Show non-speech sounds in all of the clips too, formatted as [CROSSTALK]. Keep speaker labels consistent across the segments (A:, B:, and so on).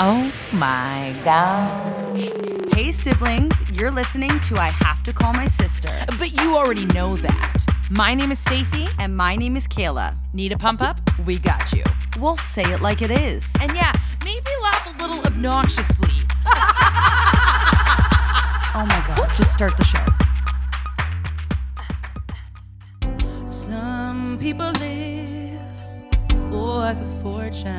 A: Oh my gosh.
B: Hey, siblings, you're listening to I Have to Call My Sister.
A: But you already know that. My name is Stacy.
B: And my name is Kayla.
A: Need a pump up? We got you.
B: We'll say it like it is.
A: And yeah, maybe laugh a little obnoxiously.
B: [LAUGHS] Oh my God, just start the show.
C: Some people live for the fortune.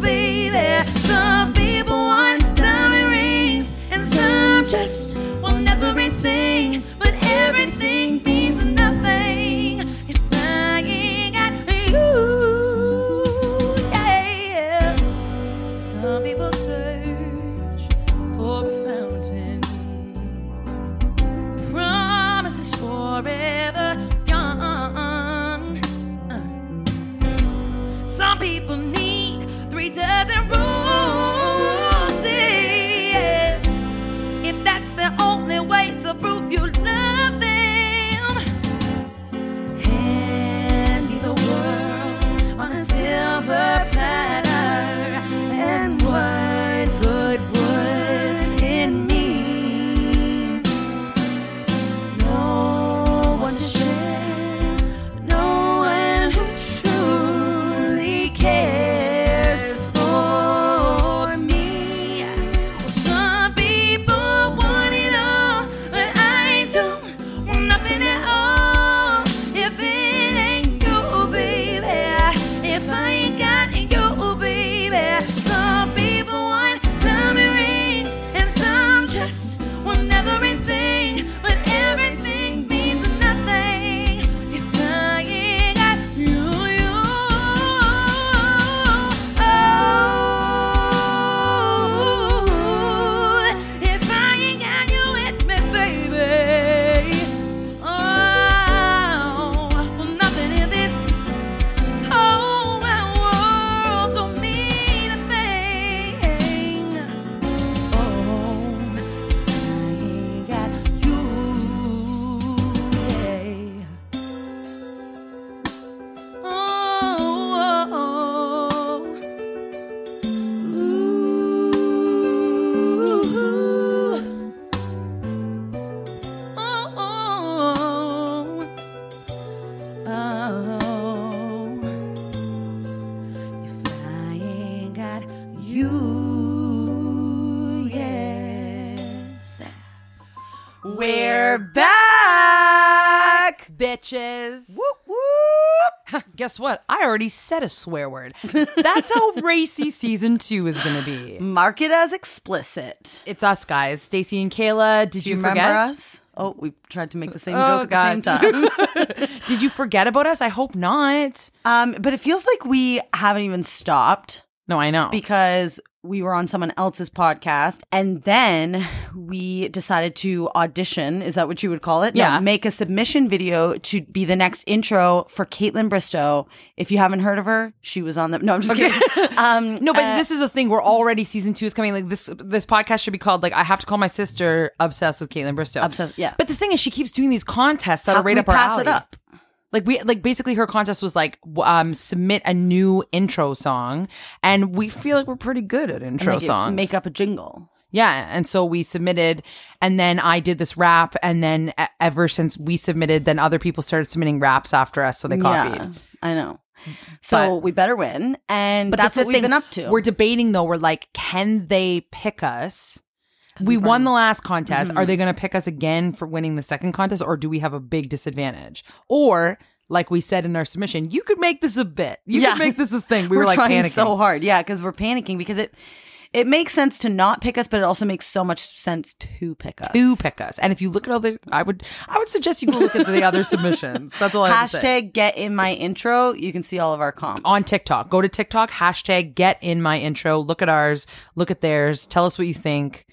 C: baby. Some people want diamond rings, and some just want everything, but everything means nothing if I ain't got you. Yeah, yeah. Some people search for a fountain, promises forever young. Uh. Some people need three dozen roses. If that's the only way to prove you love them, Hand me the world on a silver platter, and what good would it mean? No one to share, no one who truly cares for me. Some people want it all, but I don't want nothing at all. If it ain't you, baby, if I ain't got you, baby. Some people want diamond rings, and some just want everything, but everything means nothing if I ain't got you, you. Oh, if I ain't got you with me, baby. Oh, well, nothing in this whole wide Oh, world don't mean a thing. Oh, I got you. Oh, oh, oh. Ooh. Oh, oh, oh. Oh. If I ain't got you, yes.
B: We're back!
A: Bitches.
B: Whoop, whoop.
A: guess what? I already said a swear word. That's
B: [LAUGHS]
A: how racy season two is going to be.
B: Mark it as explicit.
A: It's us guys, Stacy and Kayla. Did
B: Do
A: you,
B: you remember
A: forget?
B: us? Oh, we tried to make the same
A: Oh,
B: joke at the same
A: God. [LAUGHS]
B: time.
A: Did you forget about us? I hope not.
B: um, but it feels like we haven't even stopped
A: No, I know.
B: because we were on someone else's podcast and then we decided to audition. Is that what you would call it? No,
A: Yeah.
B: make a submission video to be the next intro for Caitlin Bristow. If you haven't heard of her, she was on the. No, I'm just kidding.
A: [LAUGHS]
B: Um,
A: no, but this is the thing. We're already season two is coming. Like this, this podcast should be called like I have to call my sister obsessed with Caitlin Bristow.
B: Obsessed- yeah.
A: But the thing is, she keeps doing these contests that
B: How
A: are right
B: can we
A: up our
B: pass it
A: alley.
B: up?
A: Like we like basically her contest was like w- um submit a new intro song, and we feel like we're pretty good at intro
B: like,
A: songs.
B: Make up a jingle.
A: Yeah, and so we submitted, and then I did this rap, and then e- ever since we submitted, then other people started submitting raps after us, so they copied.
B: Yeah, I know. So we better win, and that's
A: the
B: what we've
A: thing,
B: been up to.
A: We're debating though. We're like, can they pick us? We won the last contest.
B: Mm-hmm.
A: Are they going to pick us again for winning the second contest, or do we have a big disadvantage? Or like we said in our submission, you could make this a bit. You
B: Yeah.
A: could make this a
B: [LAUGHS]
A: thing. We
B: We're
A: were like
B: trying
A: panicking.
B: so hard, yeah, because we're panicking because it it makes sense to not pick us, but it also makes so much sense to pick us.
A: to pick us. And if you look at all the, I would, I would suggest you go look at the other submissions. That's all I have to say.
B: Hashtag get in my intro. You can see all of our comps
A: on TikTok. Go to TikTok, hashtag get in my intro. Look at ours, look at theirs. Tell us what you think.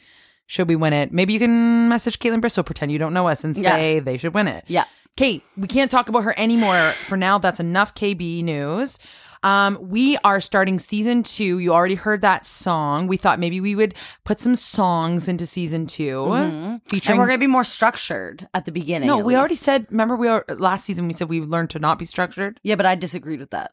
A: Should we win it? Maybe you can message Caitlin Bristol, pretend you don't know us, and say they should win it.
B: Yeah.
A: Kate, we can't talk about her anymore for now. That's enough KB news. Um, we are starting season two. You already heard that song. We thought maybe we would put some songs into season 2 featuring.
B: and we're gonna be more structured at the beginning.
A: Mm-hmm. no,
B: at
A: we already
B: least.
A: said. Remember, we are last season. We said we learned to not be structured.
B: Yeah, but I disagreed
A: [LAUGHS]
B: with that.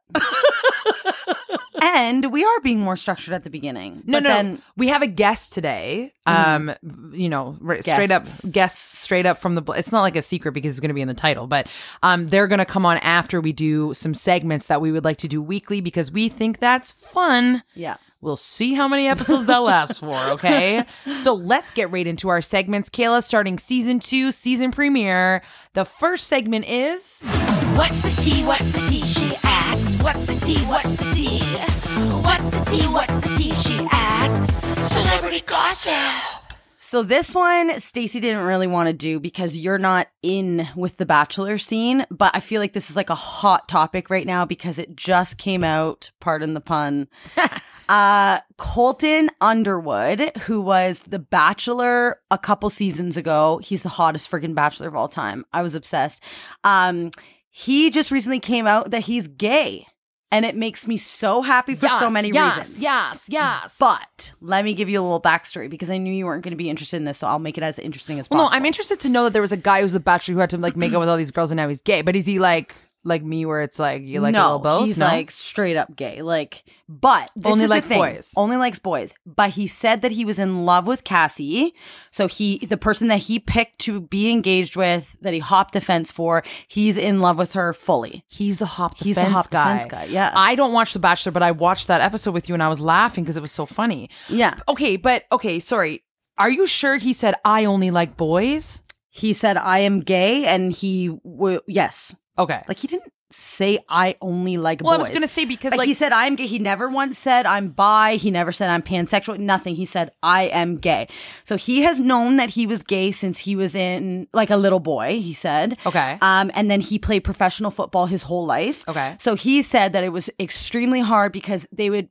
B: and we are being more structured at the beginning.
A: No,
B: but
A: no,
B: Then, Mm.
A: we have a guest today. Um, you know, r- straight up guests, straight up from the. Bl- it's not like a secret because it's going to be in the title, but um, they're going to come on after we do some segments that we would like to do weekly because we think that's fun.
B: yeah.
A: We'll see how many episodes
B: [LAUGHS]
A: that lasts for. Okay, so let's get right into our segments. Kayla, starting season two, season premiere. The first segment is
C: What's the tea? What's the tea? She asks. What's the tea? What's the tea? What's the tea? What's the tea? She asks. Celebrity gossip.
B: So this one Stacy didn't really want to do because you're not in with the bachelor scene, but I feel like this is like a hot topic right now because it just came out, pardon the [LAUGHS] pun. uh Colton Underwood, who was the bachelor a couple seasons ago. He's the hottest friggin' bachelor of all time. I was obsessed. Um he just recently came out that he's gay. And it makes me so happy for so
A: Yes,
B: many
A: yes,
B: reasons.
A: Yes, yes.
B: But let me give you a little backstory because I knew you weren't going to be interested in this, so I'll make it as interesting as
A: Well,
B: possible.
A: no, I'm interested to know that there was a guy who was a bachelor who had to like make out with all these girls and now he's gay. But is he like like me where it's like you like a
B: no,
A: little both?
B: he's
A: no?
B: like straight up gay. Like, but this
A: Only
B: is the
A: likes
B: thing.
A: boys.
B: Only likes boys. But he said that he was in love with Cassie, so he, the person that he picked to be engaged with, that he hopped the fence for, he's in love with her fully.
A: he's the hop the
B: He's the
A: fence
B: hop the
A: guy.
B: fence guy, yeah.
A: I don't watch The Bachelor, but I watched that episode with you and I was laughing because it was so funny.
B: Yeah,
A: Okay, but okay, sorry. Are you sure he said I only like boys?
B: he said I am gay, and he w- yes,
A: Okay.
B: like he didn't say I only like
A: Well, I
B: boys.
A: was gonna say because,
B: like,
A: like-
B: he said I'm gay. He never once said I'm bi. He never said I'm pansexual. Nothing. He said I am gay. So he has known that he was gay since he was in like a little boy. He said
A: Okay.
B: Um, and then he played professional football his whole life.
A: Okay.
B: So he said that it was extremely hard because they would.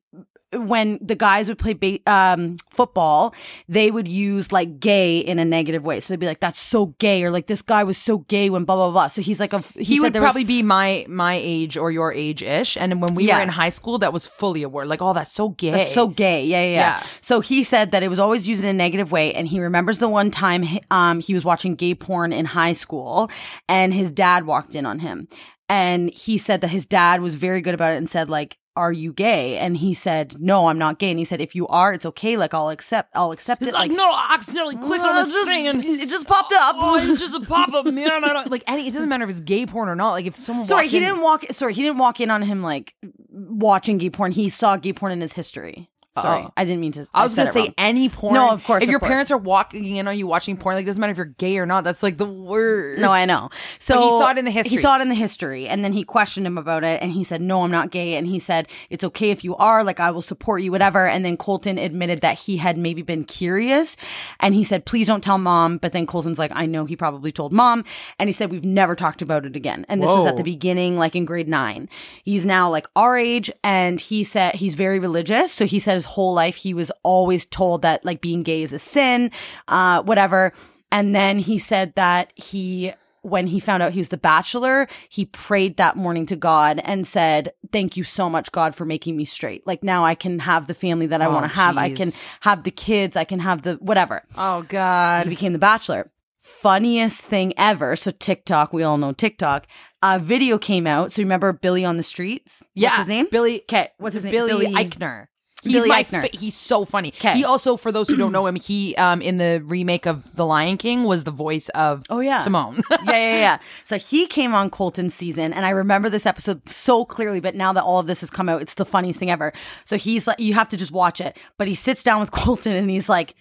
B: When the guys would play ba- um, football, they would use like gay in a negative way. So they'd be like, "That's so gay," or like, "This guy was so gay when blah blah blah." So he's like a he,
A: he
B: said
A: would
B: there was-
A: probably be my my age or your age ish, and when we
B: Yeah.
A: were in high school, that was fully a word. Like, oh, that's so gay. [LAUGHS]
B: That's so gay. Yeah, yeah, yeah,
A: Yeah.
B: So he said that it was always used in a negative way, and he remembers the one time he- um, he was watching gay porn in high school, and his dad walked in on him, and he said that his dad was very good about it and said like. Are you gay? And he said, "No, I'm not gay." And he said, "If you are, it's okay. Like I'll accept. I'll accept it." Like,
A: I accidentally clicked
B: [LAUGHS] "Well, it's just- it just popped up.
A: just a pop up, man. I don't like any. It doesn't matter if it's gay porn or not. Like if someone
B: [LAUGHS] sorry,
A: walked
B: he
A: in-
B: didn't walk. Sorry, he didn't walk in on him like watching gay porn. He saw gay porn in his history. Sorry,
A: Oh.
B: I didn't mean to.
A: I was
B: said
A: gonna
B: it
A: say
B: wrong.
A: any porn.
B: No, of course,
A: If
B: of
A: your
B: course.
A: parents are walking in on you watching porn, like it doesn't matter if you're gay or not. That's like the worst.
B: No, I know. So
A: he saw it in the history.
B: He saw it in the history, and then he questioned him about it, and he said, "No, I'm not gay." And he said, "It's okay if you are. Like, I will support you, whatever." And then Colton admitted that he had maybe been curious, and he said, "Please don't tell mom." But then Colton's like, "I know he probably told mom," and he said, "We've never talked about it again." And this was at
A: Whoa.
B: the beginning, like in grade nine. He's now like our age, and he said he's very religious. So he said his whole life he was always told that like being gay is a sin, uh, whatever. And then he said that he, when he found out he was the bachelor, he prayed that morning to God and said, Thank you so much, God, for making me straight. Like now I can have the family that I
A: Oh,
B: want to have. I
A: jeez.
B: can have the kids. I can have the whatever.
A: Oh
B: uh, He
A: God.
B: became the bachelor. Funniest thing ever. So TikTok, we all know TikTok. A video came out. So you remember Billy on the Streets?
A: Yeah,
B: What's his name?
A: Billy.
B: Okay, what's his name?
A: Billy,
B: Billy-
A: Eichner. He's
B: Billy
A: my
B: Eichner.
A: fa- he's so funny.
B: 'Kay.
A: He also, for those who don't
B: [CLEARS THROAT]
A: know him, he um in the remake of The Lion King was the voice of
B: Oh, yeah.
A: Timon.
B: [LAUGHS] yeah, yeah, yeah. So he came on Colton's season, and I remember this episode so clearly. But now that all of this has come out, it's the funniest thing ever. So he's like, you have to just watch it. But he sits down with [LAUGHS] Colton, and he's like,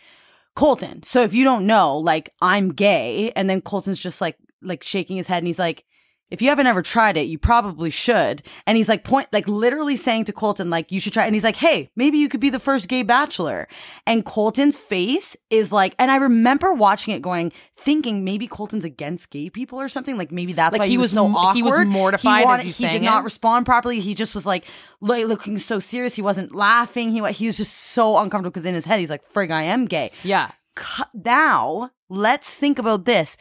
B: Colton. So if you don't know, like, I'm gay, and then Colton's just like, like shaking his head, and he's like. If you haven't ever tried it, you probably should. And he's like point like literally saying to Colton like you should try and he's like, "Hey, maybe you could be the first gay bachelor." And Colton's face is like and I remember watching it going thinking maybe Colton's against gay people or something, like maybe that's
A: Like,
B: why
A: he
B: he was,
A: was
B: so
A: m-
B: awkward.
A: he was mortified as
B: wanted-
A: he's
B: he did
A: saying
B: not
A: it.
B: respond properly. He just was like lo- looking so serious. He wasn't laughing. He wa- he was just so uncomfortable cuz in his head he's like, "Frig, I am gay."
A: [LAUGHS] yeah.
B: cu- now let's think about this.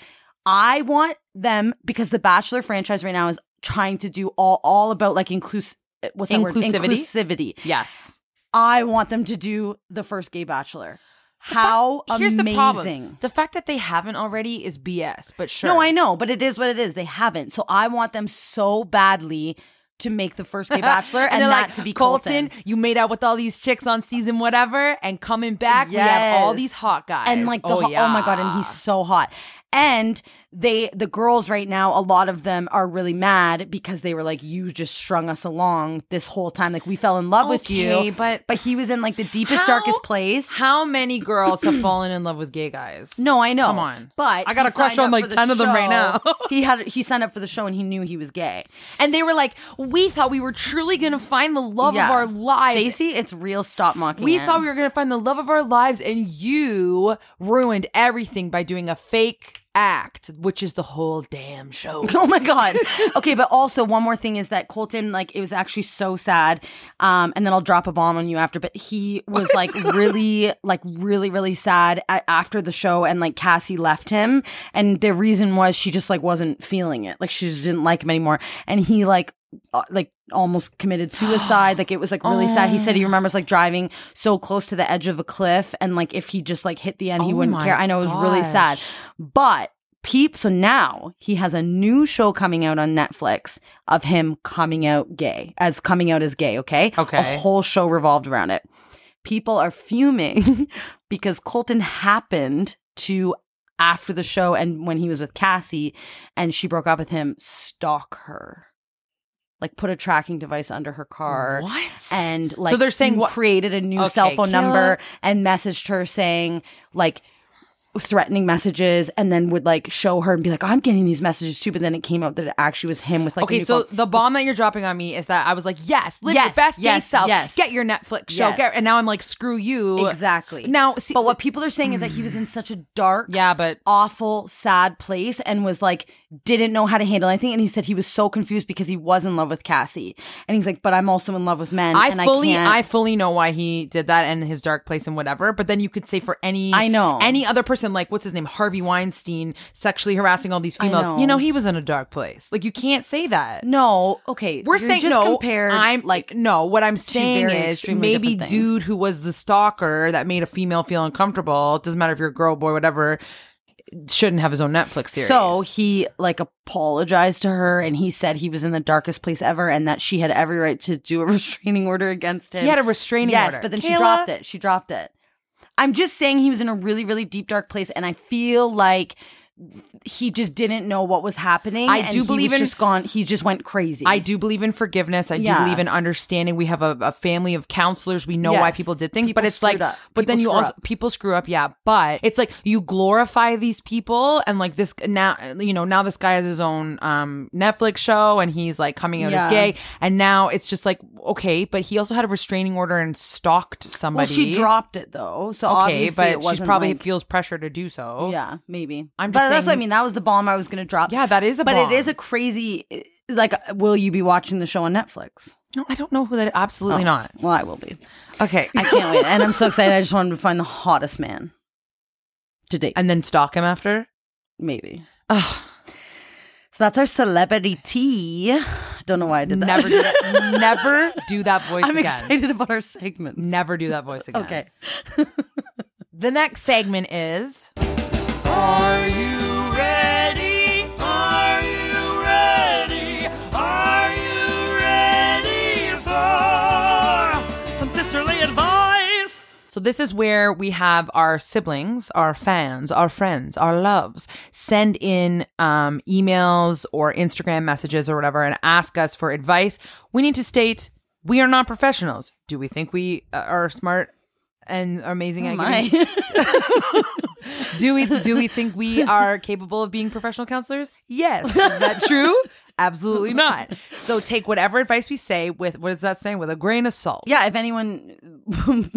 B: I want them because the Bachelor franchise right now is trying to do all all about like inclus what's that word?
A: Inclusivity?
B: Inclusivity.
A: Yes.
B: I want them to do the first gay Bachelor. How
A: Here's
B: amazing!
A: the problem. The fact that they haven't already is BS. But sure.
B: No, I know, but it is what it is. They haven't, so I want them so badly to make the
A: [LAUGHS]
B: first gay Bachelor and,
A: they're
B: that to be Colton.
A: you made out with all these chicks on season whatever, and coming back, we have all
B: Yes.
A: these hot guys.
B: and like the ho- oh, my god and he's
A: yeah.
B: so hot and they the girls right now a lot of them are really mad because they were like you just strung us along this whole time like we fell in love with
A: Okay,
B: you
A: but-
B: but he was in like the deepest
A: How-
B: darkest place
A: How many girls
B: [CLEARS THROAT]
A: have fallen in love with gay guys?
B: no i know
A: Come on.
B: but
A: I got
B: he
A: a crush
B: signed
A: on,
B: up
A: like,
B: for the
A: 10 of them right now. [LAUGHS]
B: show. he had he signed up for the show and he knew he was gay
A: and they were like, we thought we were truly gonna find the love
B: Yeah.
A: of our lives.
B: Stacey, it's real stop mocking
A: we
B: it.
A: thought we were gonna find the love of our lives, and you ruined everything by doing a fake act, which is the whole damn
B: [LAUGHS]
A: show.
B: Oh my god. Okay, but also one more thing is that Colton, like, it was actually so sad. Um, and then I'll drop a bomb on you after. But he
A: [LAUGHS]
B: was like really, like, really, really sad a- after the show, and like Cassie left him, and the reason was she just like wasn't feeling it, like she just didn't like him anymore, and he like. uh, Like almost committed suicide. Like it was like really sad. He said
A: [GASPS] Oh.
B: he remembers like driving so close to the edge of a cliff, and like if he just like hit the end, he
A: Oh
B: wouldn't
A: my
B: care. I know it was really sad,
A: gosh.
B: but peep, so now he has a new show coming out on Netflix of him coming out gay, as coming out as gay, okay?
A: Okay.
B: A whole show revolved around it. People are fuming [LAUGHS] because Colton happened to after the show and when he was with Cassie and she broke up with him, stalk her. Like put a tracking device under her car
A: What?
B: and like
A: so they're saying what?
B: created a new
A: Okay,
B: cell phone
A: Kayla.
B: number and messaged her saying like threatening messages and then would like show her and be like "Oh, I'm getting these messages too but then it came out that it actually was him with like a
A: okay,
B: new
A: so
B: phone.
A: the bomb that you're dropping on me is that I was like, yes, live your
B: Yes,
A: best
B: yes,
A: gay self,
B: yes.
A: get your Netflix show,
B: Yes.
A: get, and now I'm like, screw you,
B: exactly
A: Now, see,
B: but what people are saying is that he was in such a dark
A: yeah, but
B: awful sad place and was like didn't know how to handle anything and he said he was so confused because he was in love with Cassie and he's like but I'm also in love with men and
A: I fully,
B: I can't
A: I, fully know why he did that and his dark place and whatever. But then you could say for any,
B: I know.
A: any other person, like what's his name, Harvey Weinstein, sexually harassing all these females.
B: know.
A: You know, he was in a dark place. Like you can't say that.
B: no okay
A: We're
B: you're
A: saying
B: just
A: no.
B: compared
A: I'm
B: like
A: like no. What I'm saying
B: very
A: is
B: extremely
A: maybe
B: different things.
A: dude who was the stalker that made a female feel uncomfortable. Doesn't matter if you're a girl, boy, whatever. Shouldn't have his own Netflix series.
B: So he like apologized to her and he said he was in the darkest place ever and that she had every right to do a [LAUGHS] restraining order against him.
A: He had a restraining
B: yes,
A: order.
B: but then she
A: Kayla?
B: dropped it. She dropped it. I'm just saying he was in a really, really deep dark place and I feel like he just didn't know what was happening.
A: I
B: and
A: do
B: he
A: believe
B: was
A: in-
B: just gone. He just went crazy.
A: I do believe in forgiveness. I
B: Yeah.
A: do believe in understanding. We have a, a family of counselors. We know why
B: Yes.
A: people did things, but
B: People
A: it's like,
B: screwed up.
A: but then
B: People
A: you
B: screw
A: also
B: up.
A: people screw up. Yeah, but it's like you glorify these people, and like this now, you know, now this guy has his own um Netflix show, and he's like coming out
B: Yeah.
A: as gay, and now it's just like okay, but he also had a restraining order and stalked
B: Well,
A: somebody.
B: she dropped it though, so
A: Okay,
B: obviously it
A: but she
B: wasn't,
A: probably
B: like-
A: feels pressure to do so.
B: Yeah, maybe.
A: I'm
B: but
A: just
B: that's what I
A: saying-
B: mean. That was the bomb I was going to drop.
A: Yeah, that is a
B: but
A: bomb.
B: it is a crazy. Like, will you be watching the show on Netflix?
A: No, I don't know who that.
B: Oh.
A: Absolutely not.
B: Well, I will be.
A: Okay,
B: I can't wait, and I'm so excited. I just wanted to find the hottest man to date,
A: and then stalk him
B: [LAUGHS]
A: after.
B: maybe.
A: Ugh.
B: So that's our celebrity tea. Don't know why I did that.
A: Never,
B: [LAUGHS]
A: do that, never do that voice
B: I'm
A: again.
B: excited about our segments.
A: Never do that voice again.
B: Okay.
A: The next segment is
D: Are you ready? Are you ready? Are you ready for some sisterly advice?
A: so this is where we have our siblings, our fans, our friends, our loves send in um, emails or Instagram messages or whatever and ask us for advice. We need to state we are not professionals. Do we think we uh, are smart and amazing at giving
B: My.
A: [LAUGHS] Do we do we think [LAUGHS] we are capable of being professional counselors? Yes. Is [LAUGHS] that true? Absolutely [LAUGHS] not. So take whatever advice we say with what is that saying with a grain of salt.
B: [LAUGHS] yeah, if anyone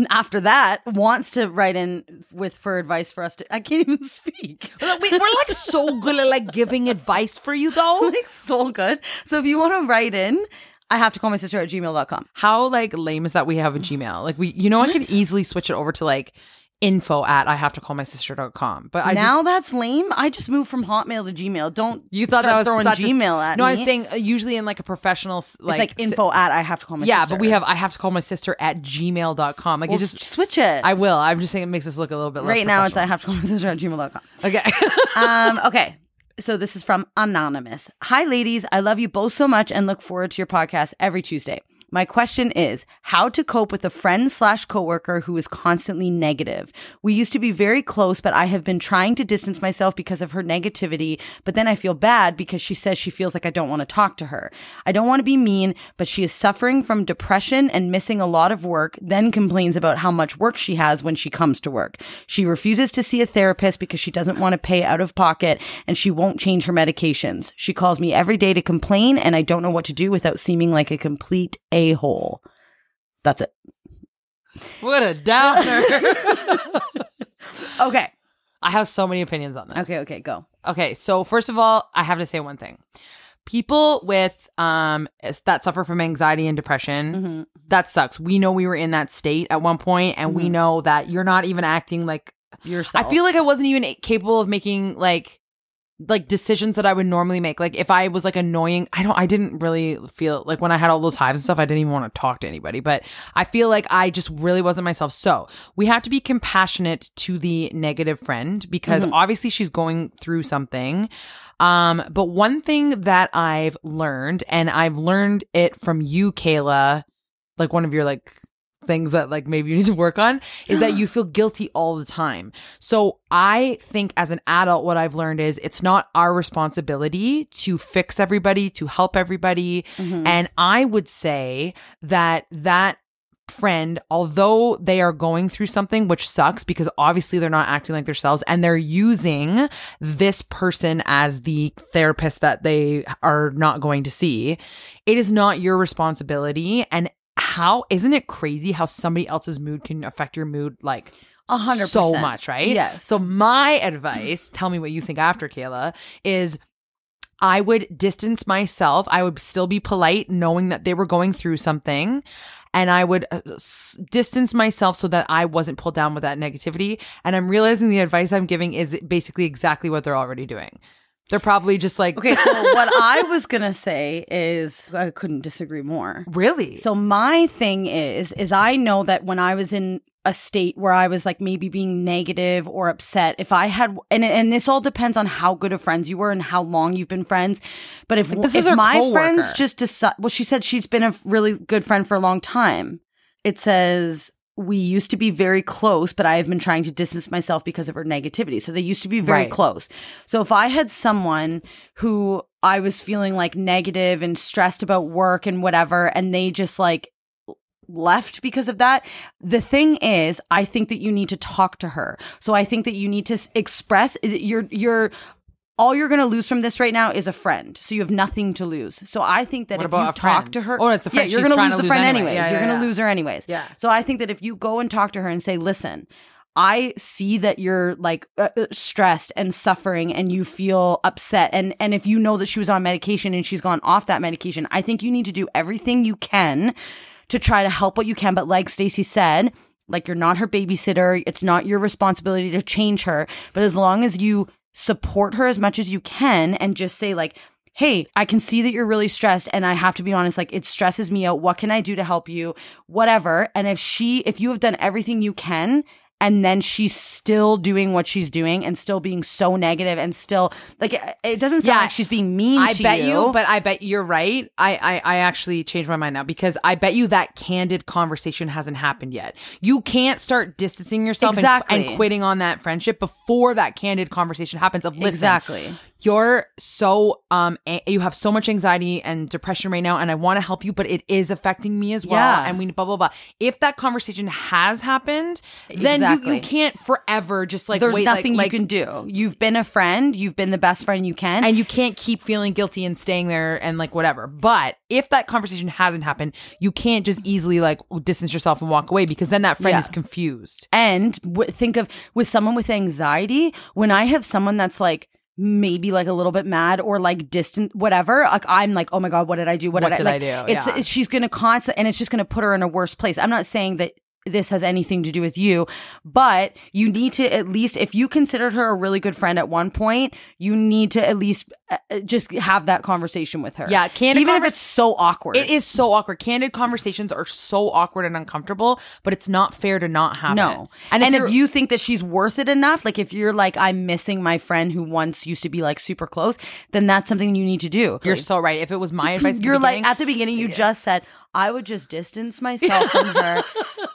B: [LAUGHS] after that wants to write in with for advice for us to I can't even speak.
A: We're
B: [LAUGHS]
A: like- we- we're like so good at like giving advice for you though.
B: like so good. So if you want to write in, I have to call my sister at gmail.com.
A: [LAUGHS] How like lame is that we have a Gmail? Like we you know I can easily switch it over to like info at I have to call my sister.com. But I just
B: now that's lame. I just moved from Hotmail to Gmail. Don't
A: you thought
B: start
A: that was
B: throwing
A: such a-
B: Gmail at
A: no,
B: me.
A: I'm saying uh, usually in like a professional s-
B: it's
A: like,
B: like,
A: s-
B: info at I have to call my
A: Yeah,
B: sister.
A: but we have I have to call my sister at gmail.com. Like
B: Well,
A: it just
B: switch it.
A: I will. I'm just saying it makes us look a little bit less
B: right now it's I
A: professional.
B: have to call my sister at gmail.com.
A: okay. [LAUGHS]
B: um, [LAUGHS] okay. So this is from Anonymous. Hi, ladies. I love you both so much and look forward to your podcast every Tuesday. My question is how to cope with a friend slash coworker who is constantly negative. We used to be very close, but I have been trying to distance myself because of her negativity. But then I feel bad because she says she feels like I don't want to talk to her. I don't want to be mean, but she is suffering from depression and missing a lot of work, then complains about how much work she has when she comes to work. She refuses to see a therapist because she doesn't want to pay out of pocket and she won't change her medications. She calls me every day to complain and I don't know what to do without seeming like a complete a hole. That's it.
A: What a downer. [LAUGHS]
B: Okay.
A: I have so many opinions on this.
B: Okay. Okay. Go.
A: Okay. So, first of all, I have to say one thing. People with um s- that suffer from anxiety and depression,
B: Mm-hmm.
A: that sucks. We know we were in that state at one point and we know that you're not even acting like
B: Yourself.
A: I feel like I wasn't even capable of making like like decisions that I would normally make. Like if I was like annoying, I don't I didn't really feel like when I had all those hives and stuff, I didn't even want to talk to anybody. But I feel like I just really wasn't myself. So we have to be compassionate to the negative friend because obviously she's going through something. Um, but one thing that I've learned, and I've learned it from you, Kayla, like one of your like things that like maybe you need to work on is that you feel guilty all the time. So I think as an adult what I've learned is it's not our responsibility to fix everybody, to help everybody.
B: Mm-hmm.
A: And I would say that that friend, although they are going through something which sucks because obviously they're not acting like themselves and they're using this person as the therapist that they are not going to see, it is not your responsibility. And how isn't it crazy how somebody else's mood can affect your mood like
B: A hundred
A: so
B: percent.
A: much, right?
B: Yes.
A: So my advice, tell me what you think after Kayla, is I would distance myself. I would still be polite, knowing that they were going through something. And I would uh, s- distance myself so that I wasn't pulled down with that negativity. And I'm realizing the advice I'm giving is basically exactly what they're already doing. They're probably just like,
B: Okay. So what I was going to say is I couldn't disagree more.
A: really?
B: So my thing is, is I know that when I was in a state where I was like maybe being negative or upset, if I had, and and this all depends on how good of friends you were and how long you've been friends. But if
A: this
B: if
A: is her
B: my
A: coworker.
B: friends just decide, well, she said she's been a really good friend for a long time. It says we used to be very close, but I have been trying to distance myself because of her negativity. So they used to be very
A: Right.
B: close. So if I had someone who I was feeling like negative and stressed about work and whatever, and they just like left because of that. The thing is, I think that you need to talk to her. So I think that you need to s- express your your all you're going to lose from this right now is a friend. So you have nothing to lose. So I think that
A: What
B: if
A: about
B: you
A: a
B: talk
A: friend?
B: to her,
A: Oh, it's the friend
B: Yeah, you're
A: she's
B: gonna
A: trying
B: lose
A: to
B: the
A: lose
B: friend
A: anyway.
B: anyways.
A: Yeah,
B: you're
A: yeah,
B: going
A: yeah.
B: to lose her anyways.
A: Yeah.
B: So I think that if you go and talk to her and say, "Listen, I see that you're like uh, uh, stressed and suffering and you feel upset and and if you know that she was on medication and she's gone off that medication, I think you need to do everything you can to try to help what you can but like Stacy said, like you're not her babysitter, it's not your responsibility to change her, but as long as you support her as much as you can and just say like Hey, I can see that you're really stressed and I have to be honest like it stresses me out. What can I do to help you? Whatever. And if she if you have done everything you can and then she's still doing what she's doing and still being so negative and still like it, it doesn't sound
A: Yeah.
B: like she's being mean
A: I
B: to
A: bet you. but I bet you're right. I, I I actually changed my mind now because I bet you that candid conversation hasn't happened yet. You can't start distancing yourself and- and,
B: Exactly.
A: quitting on that friendship before that candid conversation happens. Of listen,
B: Exactly.
A: you're so um a- you have so much anxiety and depression right now, and I want to help you, but it is affecting me as well.
B: Yeah.
A: And we blah blah blah. If that conversation has happened, then you,
B: Exactly.
A: you can't forever just like
B: there's
A: wait, like-
B: nothing
A: like,
B: you can do you've been a friend you've been the best friend you can
A: [LAUGHS] and you can't keep feeling guilty and staying there and like whatever. But if that conversation hasn't happened, you can't just easily like distance yourself and walk away because then that friend
B: Yeah.
A: is confused.
B: and w- think of with someone with anxiety when i have someone that's like maybe like a little bit mad or like distant whatever like i'm like oh my god what did i do what,
A: What did I
B: like,
A: do?
B: it's
A: Yeah.
B: she's gonna constant and it's just gonna put her in a worse place i'm not saying that this has anything to do with you but you need to at least if you considered her a really good friend at one point you need to at least uh, uh, just have that conversation with her
A: Yeah, candid
B: even if
A: convers-
B: it's so awkward
A: It is so awkward. Candid conversations are so awkward and uncomfortable, but it's not fair to not have
B: No.
A: it.
B: And, if,
A: you're-
B: you think that she's worth it enough, like if you're like, I'm missing my friend who once used to be like super close, then that's something you need to do.
A: you're so right. If it was
B: [CLEARS THROAT]
A: my advice, at the
B: You're like,
A: beginning,
B: at the beginning, you just said, I would just
A: [LAUGHS]
B: distance myself from her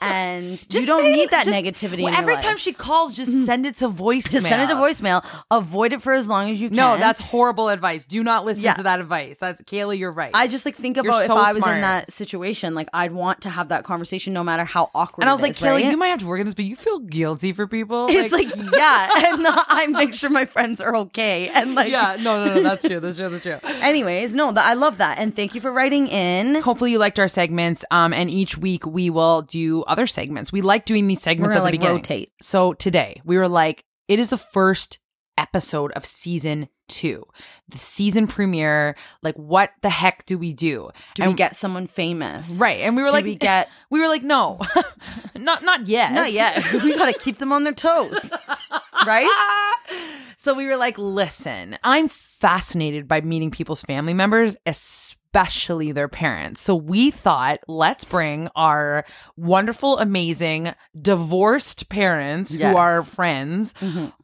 B: and you
A: just
B: don't
A: say-
B: need that
A: just-
B: negativity.
A: Well,
B: in your
A: every
B: life.
A: time she calls, just Mm-hmm. send it to voicemail.
B: just send it to voicemail, avoid it for as long as you can.
A: No, that's horrible advice. Do not listen
B: Yeah.
A: to that advice. That's Kayla. You're right.
B: I just like think
A: You're
B: about if
A: so
B: I was
A: smart.
B: in that situation, like I'd want to have that conversation no matter how awkward.
A: and I was
B: it
A: like,
B: is,
A: Kayla,
B: right?
A: you might have to work on this, but you feel guilty for people.
B: [LAUGHS] It's like, yeah, [LAUGHS] and I make sure my friends are okay, and like,
A: yeah, no, no, no, that's true. That's true. That's true.
B: [LAUGHS] Anyways, no, th- I love that. And thank you for writing in.
A: Hopefully, you liked our segments. Um, and each week we will do other segments. We like doing these segments at
B: We're gonna,
A: the
B: like,
A: beginning.
B: rotate.
A: So today we were like, it is the first episode of season two, the season premiere. Like, what the heck do we do?
B: Do we get someone famous?
A: right? And we were
B: Do
A: like,
B: we get-
A: [LAUGHS] We were like, no, not not yet,
B: [LAUGHS] Not yet. [LAUGHS] we got to keep them on their toes. right? [LAUGHS]
A: So we were like, listen, I'm fascinated by meeting people's family members, especially their parents. So we thought, let's bring our wonderful, amazing divorced parents
B: Yes.
A: who are friends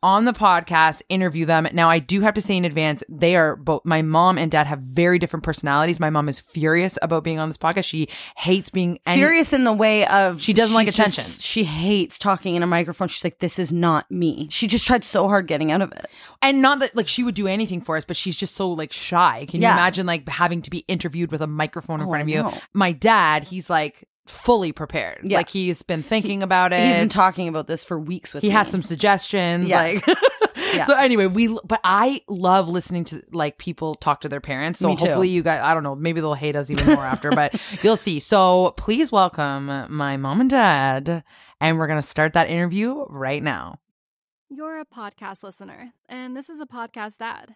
A: on the podcast, interview them. Now, I do have to say in advance, they are both my mom and dad have very different personalities. My mom is furious about being on this podcast. She hates being any-
B: Furious in the way of
A: She doesn't like
B: she's just-
A: attention.
B: she hates talking in a microphone. She's like, this is not me. She just tried so hard getting out of it.
A: and not that like she would do anything for us, but she's just so like shy. Can you
B: Yeah. Oh,
A: imagine like having to be interviewed with a microphone in front of you?
B: know.
A: My dad, he's like fully prepared.
B: Yeah.
A: Like he's been thinking about it.
B: He's been talking about this for weeks with
A: he
B: me.
A: has some suggestions.
B: Yeah. [LAUGHS]
A: Like so anyway, we but I love listening to like people talk to their parents. So
B: Me too.
A: hopefully you guys I don't know, maybe they'll hate us even more after,
B: [LAUGHS]
A: but you'll see. So please welcome my mom and dad. And we're gonna start that interview right now. [LAUGHS]
E: You're a podcast listener, and this is a podcast ad.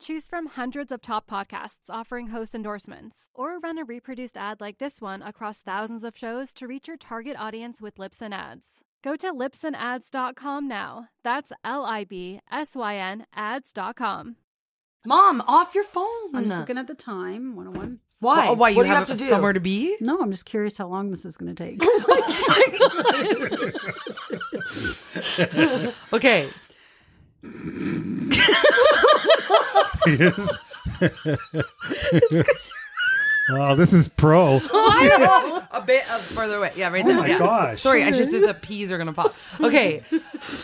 E: Choose from hundreds of top podcasts offering host endorsements, or run a reproduced ad like this one across thousands of shows to reach your target audience with Lips and Ads. Go to lipsandads.com now. That's L I B S Y N ads.com.
B: Mom, off your phone.
F: I'm just looking at the time. 101.
B: Why?
A: Oh, why you
B: What do
A: have,
B: to do?
A: somewhere to be?
F: No, I'm just curious how long this is going to take.
A: Okay.
G: [LAUGHS] is. wow, Oh, this is pro.
A: Oh a bit of further away. Yeah, right there.
G: Oh my
A: yeah.
G: gosh.
A: Sorry, I just did the peas are gonna pop. Okay.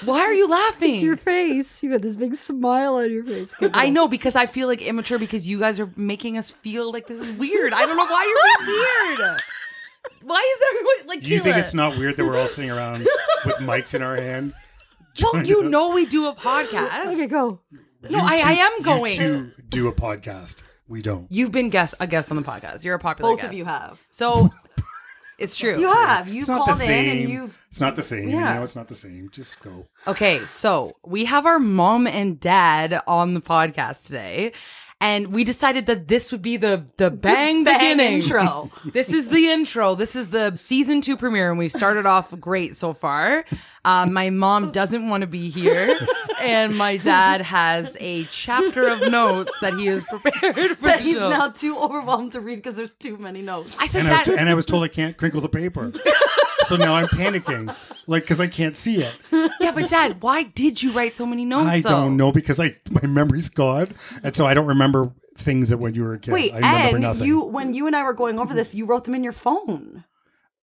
A: Why
B: [LAUGHS]
A: are you laughing?
F: [LAUGHS] your face. You got this big smile on your face.
A: I know because I feel like immature because you guys are making us feel like this is weird. I don't know why you're being weird. Why is everyone like
G: You think
A: Kayla,
G: it's not weird that we're all sitting around with mics in our hand?
A: Well, you know we do a podcast.
F: [LAUGHS] Okay, go.
A: No, I, I am going.
G: You two do a podcast. We don't.
A: You've been guest a guest on the podcast. You're a popular
B: Both
A: guest.
B: of you have.
A: So it's true.
B: You have. You
G: it's not the
B: called in
G: same.
B: and you've.
G: It's not the same.
B: Yeah.
G: You know, it's not the same. Just go.
A: Okay, so we have our mom and dad on the podcast today. And we decided that this would be the the bang,
B: bang
A: beginning
B: intro.
A: [LAUGHS] This is the intro. This is the season two premiere, and we've started off great so far. Uh, my mom doesn't want to be here, and my dad has a chapter of notes that he has prepared for
B: That he's
A: the show.
B: now too overwhelmed to read because there's too many notes.
A: I said
G: And I,
A: that.
G: was, and I was told I can't crinkle the paper. so now I'm panicking, like, because I can't see it.
A: yeah, but dad, why did you write so many notes?
G: I
A: though?
G: don't know because I my memory's gone, and so I don't remember things that when you were a kid.
B: Wait,
G: I remember
B: and
G: nothing.
B: you when you and I were going over this, you wrote them in your phone.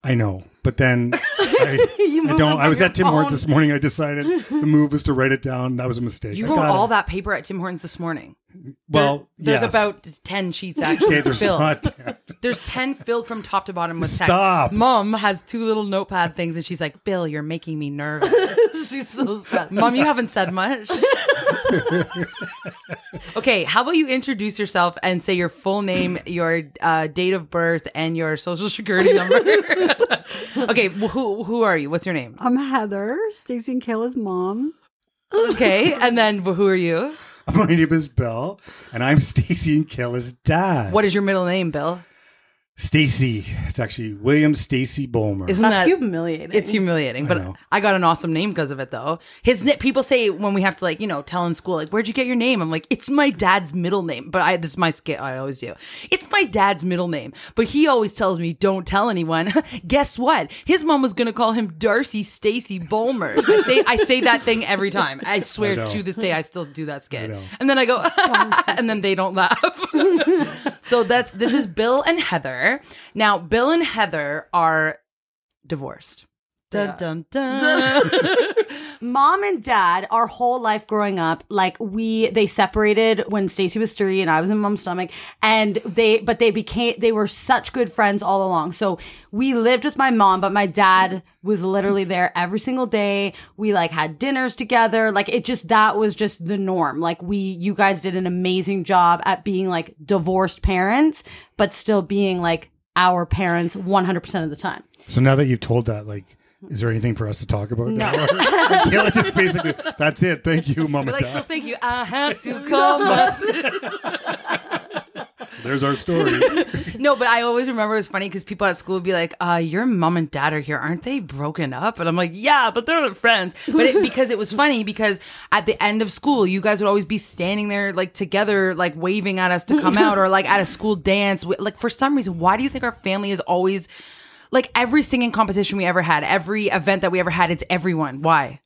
G: I know,
A: [LAUGHS]
G: but then I,
B: You
G: I
B: moved
G: don't.
B: them
G: I
B: on
G: was
B: your
G: at Tim
B: phone.
G: Hortons this morning. I decided the move was to write it down. That was a mistake.
A: You
G: I
A: wrote
G: gotta-
A: all that paper at Tim Hortons this morning.
G: Well,
A: There's
G: yes.
A: about ten sheets actually
G: Okay, there's
A: filled.
G: not. [LAUGHS]
A: There's ten filled from top to bottom with text.
G: Stop.
A: Mom has two little notepad things, and she's like, "Bill, you're making me nervous.
B: [LAUGHS] She's so stressed.
A: Mom, you haven't said much." [LAUGHS] okay, how about you introduce yourself and say your full name, your uh, date of birth, and your social security number? [LAUGHS] okay, wh- who who are you? What's your
B: [LAUGHS]
A: name?
F: I'm Heather, Stacey and Kayla's mom.
A: Okay, and then wh- who are you?
G: My name is Bill, and I'm Stacy and Kayla's dad.
A: What is your middle name, Bill?
G: Stacy? It's actually William Stacy Bulmer.
A: Isn't
B: That's
A: that
B: humiliating.
A: It's humiliating, but I,
G: know.
A: got an awesome name because of it, though. His ni- people say when we have to like you know tell in school like where'd you get your name? I'm like it's my dad's middle name, but I this is my skit I always do. It's my dad's middle name, but he always tells me don't tell anyone. [LAUGHS] Guess what? His mom was gonna call him Darcy Stacy Bulmer. I say I say that thing every time. I swear
G: know.
A: to this day I still do that skit,
G: know.
A: and then I go [LAUGHS] and then they don't laugh. [LAUGHS] so that's this is Bill and Heather. Now Bill and Heather are divorced. Dun, dun, dun.
B: Mom and dad, our whole life growing up, like we they separated when Stacy was three and I was in mom's stomach. And they but they became they were such good friends all along. So we lived with my mom, but my dad was literally there every single day. We like had dinners together. Like it just that was just the norm. Like we you guys did an amazing job at being like divorced parents, but still being like our parents 100% of the time.
G: So now that you've told that, like, is there anything for us to talk about now? [LAUGHS] Kayla just basically, that's it.
A: [LAUGHS]
G: Thank you, mom and
A: like, so
G: dad.
A: thank you. I have to call my
G: There's
A: [LAUGHS]
G: our story.
A: No, but I always remember it was funny because people at school would be like, uh, your mom and dad are here. Aren't they broken up? And I'm like, yeah, but they're friends. But it, because it was funny because at the end of school, you guys would always be standing there like together, like waving at us to come out or like at a school dance. We- Like for some reason, why do you think our family is always like every singing competition we ever had, every event that we ever had, it's everyone. Why?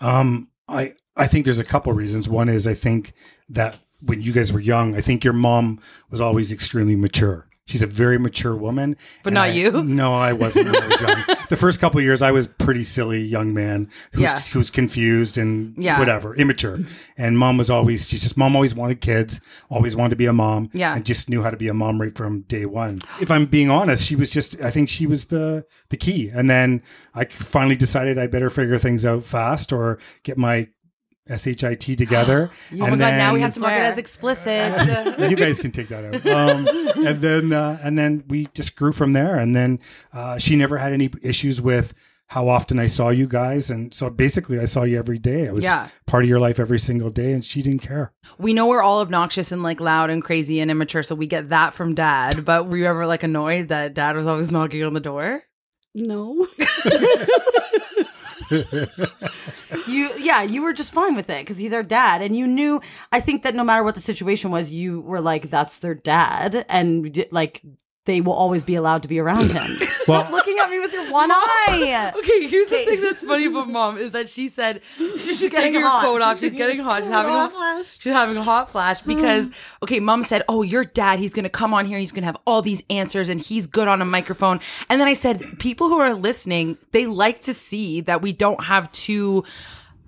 G: Um, I I think there's a couple reasons. One is I think that when you guys were young, I think your mom was always extremely mature. She's a very mature woman.
A: But
G: and
A: not
G: I-
A: you?
G: [LAUGHS] No, I wasn't. When I was
A: [LAUGHS]
G: young. The first couple of years, I was pretty silly young man who's
A: Yeah.
G: who's confused and
A: Yeah.
G: whatever, immature. And mom was always she's just mom always wanted kids, always wanted to be a mom.
A: Yeah.
G: and just knew how to be a mom right from day one. If I'm being honest, she was just I think she was the the key. And then I finally decided I better figure things out fast or get my S H I T
A: [GASPS]
G: together.
A: Oh my
G: and
A: god! Now we
G: then-
A: have to mark it as explicit.
G: you guys can take that out. Um, and then uh, and then we just grew from there. And then uh, she never had any issues with how often I saw you guys. And so basically, I saw you every day. I was
A: Yeah.
G: part of your life every single day, and she didn't care.
A: we know we're all obnoxious and like loud and crazy and immature, so we get that from dad. But were you ever like annoyed that dad was always knocking on the door?
F: No.
A: You, yeah, you were just fine with it because he's our dad, and you knew. I think that no matter what the situation was, you were like, "That's their dad," and d- like they will always be allowed to be around him.
G: Well,
A: Looking at me with your one eye. Okay, here's the thing that's funny about mom is that she [LAUGHS] said she's,
F: getting
A: taking her
F: hot.
A: coat
F: She's
A: off. She's
F: taking
A: getting [LAUGHS]
F: her
A: hot. Mm. She's
F: coat
A: having a
F: off. Flash.
A: She's having a hot flash because okay, mom said, "Oh, your dad, he's going to come on here. He's going to have all these answers and he's good on a microphone." And then I said, "People who are listening, they like to see that we don't have two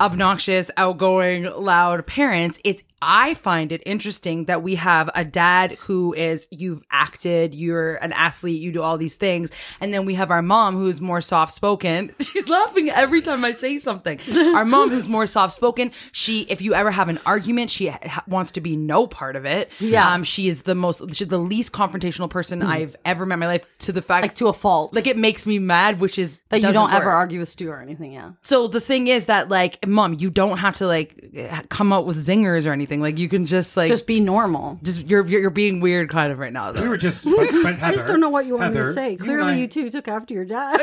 A: obnoxious, outgoing, loud parents. It's I find it interesting that we have a dad who is you've acted, you're an athlete, you do all these things, and then we have our mom who's more soft spoken. [LAUGHS] She's laughing every time I say
B: [LAUGHS]
A: something. Our mom who's more soft spoken. She, if you ever have an argument, she ha- wants to be no part of it.
F: Yeah.
A: um, she is the most, she's the least confrontational person I've ever met in my life. To the fact,
B: Mm. Like, to a fault.
A: like it makes me mad, which is
B: that you
A: doesn't
B: don't ever
A: work
B: argue with Stu or anything. Yeah.
A: so the thing is that like mom you don't have to like h- come up with zingers or anything like you can just like
B: Just
A: just,
B: be normal.
A: you're, you're you're being weird kind of right now
G: we
A: though.
G: were just. But, but
F: I just don't know what you wanted
G: Heather,
F: to say.
G: and
F: Clearly,
G: I-
F: you two took after your dad.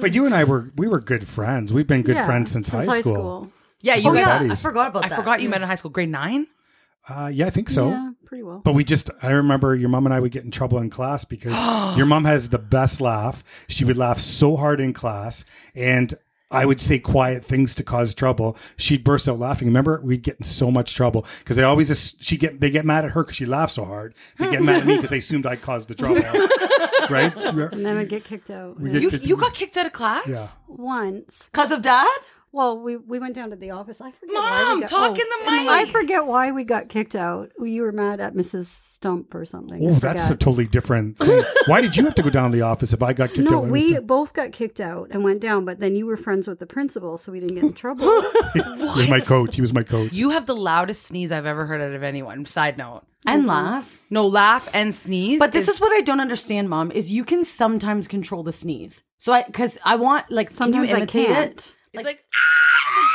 G: But you and I were we were good friends. We've been good
F: Yeah,
G: friends since, high, school.
A: yeah you
G: Oh,
A: met-
G: yeah. buddies.
B: I forgot about
A: i
B: that.
A: forgot you met in high school grade nine
G: Uh, yeah, I think so.
F: Yeah, pretty well.
G: But we just, I remember your mom and I would get in trouble in class because your mom has the best laugh. She would laugh so hard in class. And I would say quiet things to cause trouble. She'd burst out laughing. Remember, we'd get in so much trouble because they always, as- she get, they get mad at her because she laughs so hard. They get mad at me because they assumed I caused the trouble. right?
F: And then I get kicked out.
G: We
F: Yeah.
G: get-
A: you you got kicked out of class
G: Yeah.
F: Once.
B: Because of dad?
F: Well, we, we went down to the office. I forget why
A: mom
F: we got,
A: talk in
F: oh,
A: the mic
F: I forget why we got kicked out. You were mad at Mrs. Stump or something. I
G: Oh, that's a
F: forget.
G: totally different thing. Why did you have to go down to the office if I got kicked
F: No,
G: out?
F: we both got kicked out and went down, but then you were friends with the principal, so we didn't get
G: [LAUGHS]
F: in trouble.
G: He was my coach. He was my coach.
A: you have the loudest sneeze i've ever heard out of anyone side note
B: And laugh.
A: no laugh and sneeze
B: But this is what I don't understand, mom, is you can sometimes control the sneeze. So I, because I want, like, can you
F: Sometimes I
B: imitate it?
F: can't.
A: it's like
B: [LAUGHS]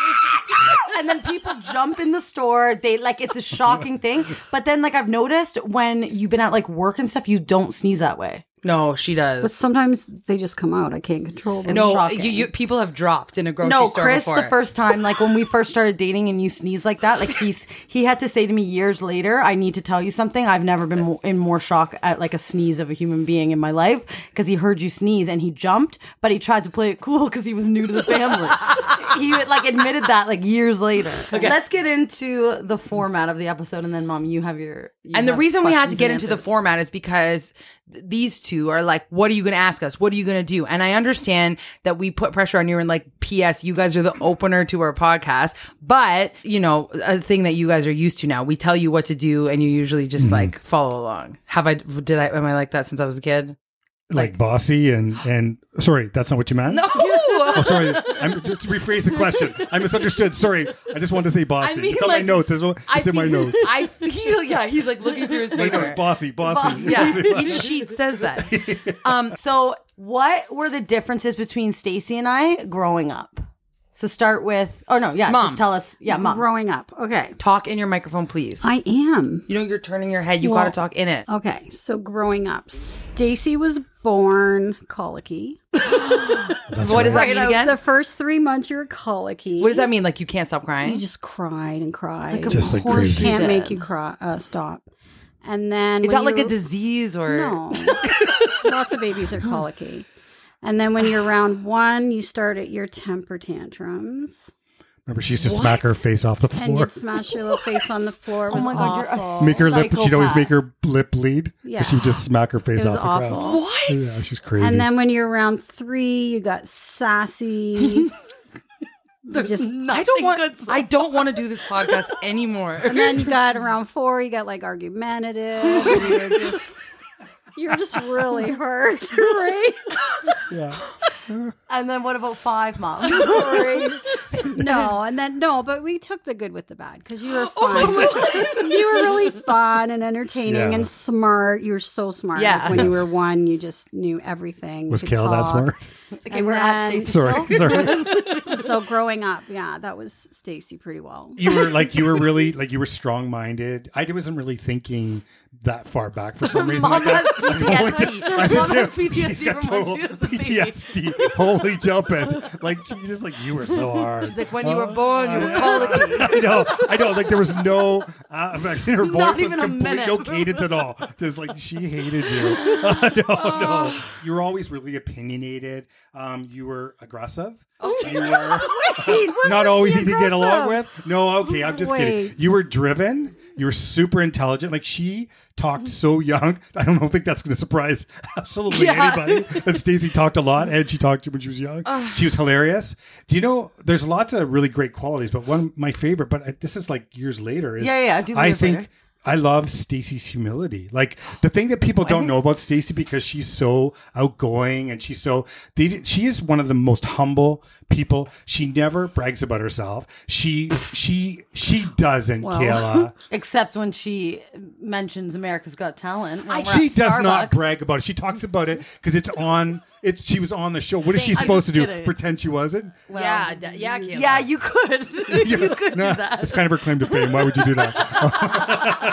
B: and then people jump in the store. They like it's a shocking thing. But then like I've noticed when you've been at like work and stuff, you don't sneeze that way.
A: no she
F: But
A: does
F: sometimes they just come out. I can't control them.
A: no
B: shocking.
A: you, you people have dropped in a grocery
B: No,
A: store
B: Chris,
A: before.
B: the first time, like when we first started dating and you sneeze like that, like he's he had to say to me years later, I need to tell you something. I've never been mo- in more shock at like a sneeze of a human being in my life because he heard you sneeze and he jumped, but he tried to play it cool because he was new to the family. [LAUGHS] he like admitted that like years later. Let's get into the format of the episode and then mom, you have your you
A: and the
B: have
A: reason we had to
B: questions
A: get
B: and
A: into the
B: answers.
A: format is because th- these two are like, what are you going to ask us? What are you going to do? And I understand that we put pressure on you and like, P.S., you guys are the opener to our podcast. But, you know, a thing that you guys are used to now, we tell you what to do and you usually just
B: Mm-hmm.
A: like follow along. Have I, did I, am I like that since I was a
B: [LAUGHS]
A: kid?
G: like bossy and and sorry, that's not what you meant. No. oh, sorry. I'm, just rephrase the question. I misunderstood. Sorry. I just wanted to say bossy. it's on my notes. It's, on- it's in my
A: feel-
G: notes.
A: I feel, yeah, he's like looking through his
G: My notes.
A: paper.
G: Bossy, bossy.
A: Yeah, each
B: [LAUGHS]
A: sheet says that. Um,
B: So, what were the differences between Stacy and I growing up? So start with, oh no, yeah,
A: Mom.
B: just tell us, yeah, mom.
F: Growing up. Okay.
A: talk in your microphone, please.
F: I am.
A: You know, you're turning your head. You
F: Well-
A: got to talk in it.
F: Okay. So growing up, Stacy was born colicky.
A: What does that mean again?
F: The first three months you were colicky.
A: What does that mean? Like you can't stop crying?
F: You just cried and cried.
G: Just like crazy.
F: can't make you cry. Uh, stop. And then
A: Is
F: when
A: that like
F: you-
A: a disease or
F: No. [LAUGHS] Lots of babies are colicky. And then when you're around one, you start at your temper tantrums
G: Remember, she used to smack her face off the
F: and
G: floor.
F: you'd smash your little face on the floor. It
B: Oh
F: was
B: my God, you're a
F: awful.
G: Make her lip. She'd always
B: Psychopath.
G: make her lip bleed. 'cause
F: Yeah.
G: She would just smack her face
F: It was
G: off the ground.
F: awful.
G: Yeah, she's crazy.
F: And then when you're around three, you got
B: [LAUGHS]
F: sassy. There's just,
A: I don't want. I don't want to do this podcast anymore.
F: and then you got around four, you got
B: [LAUGHS]
F: like argumentative. and you're just you're just really hard to raise.
G: Yeah.
B: And then what about five, mom? Sorry.
F: [LAUGHS] No, and then no, but we took the good with the bad because you were fun. you were really fun and entertaining
G: Yeah.
F: and smart. You were so smart. Like,
H: Yeah.
F: when you were one, you just knew everything.
G: Was
F: could
G: Kayla that
F: talk.
G: smart? [LAUGHS]
B: Okay, we're at
F: then-
B: Stacey
G: Sorry.
B: still.
G: Sorry.
F: So growing up, yeah, that was Stacy pretty
G: [GASPS]
F: well.
G: You were like you were really like you were strong minded. I wasn't really thinking that far back for some reason.
B: Mom
G: like that.
B: has
G: I'm only
B: PTSD.
G: just- [LAUGHS] I just
B: Mom has
G: knew she's
B: PTSD
G: got
B: from when
G: total
B: she was a baby.
G: PTSD. Holy jumping! Like she just like you
B: [LAUGHS]
G: were so hard.
H: She's like, when you were
G: Oh.
H: born, you were colicky.
G: [LAUGHS] I know, I know. Like there was no, uh, [LAUGHS] like, her voice was
B: even a
G: complete,
B: minute.
G: no cadence at all. Just like she hated you. [LAUGHS] Uh, no, no.
B: Oh.
G: You were always really opinionated. Um, you were aggressive. [LAUGHS] You were not always easy to get along with. No, okay, I'm just
F: Wait.
G: kidding. You were driven. You were super intelligent. Like she talked so young. I don't think that's going to surprise [LAUGHS] absolutely anybody. That Stacey talked a lot, and she talked when she was young. she was hilarious. Do you know? There's lots of really great qualities, but one my favorite. But I, this is like years later. Is
B: Yeah, yeah, I do
G: I
B: years
G: think.
B: later.
G: I love Stacey's humility. Like the thing that people don't know about Stacey because she's so outgoing and she's so they, she is one of the most humble people. She never brags about herself. She she she doesn't, Kayla.
B: Except when she mentions America's Got Talent. when we're
G: She
B: at
G: does not
B: Starbucks.
G: brag about it. She talks about it because it's on. It's she was on the show. What is she supposed to do? Pretend she wasn't?
H: yeah, d- yeah, Kayla.
B: Yeah, you could. [LAUGHS]
G: [LAUGHS]
B: you could
G: Nah,
B: do that.
G: It's kind of her claim to fame. Why would you do that?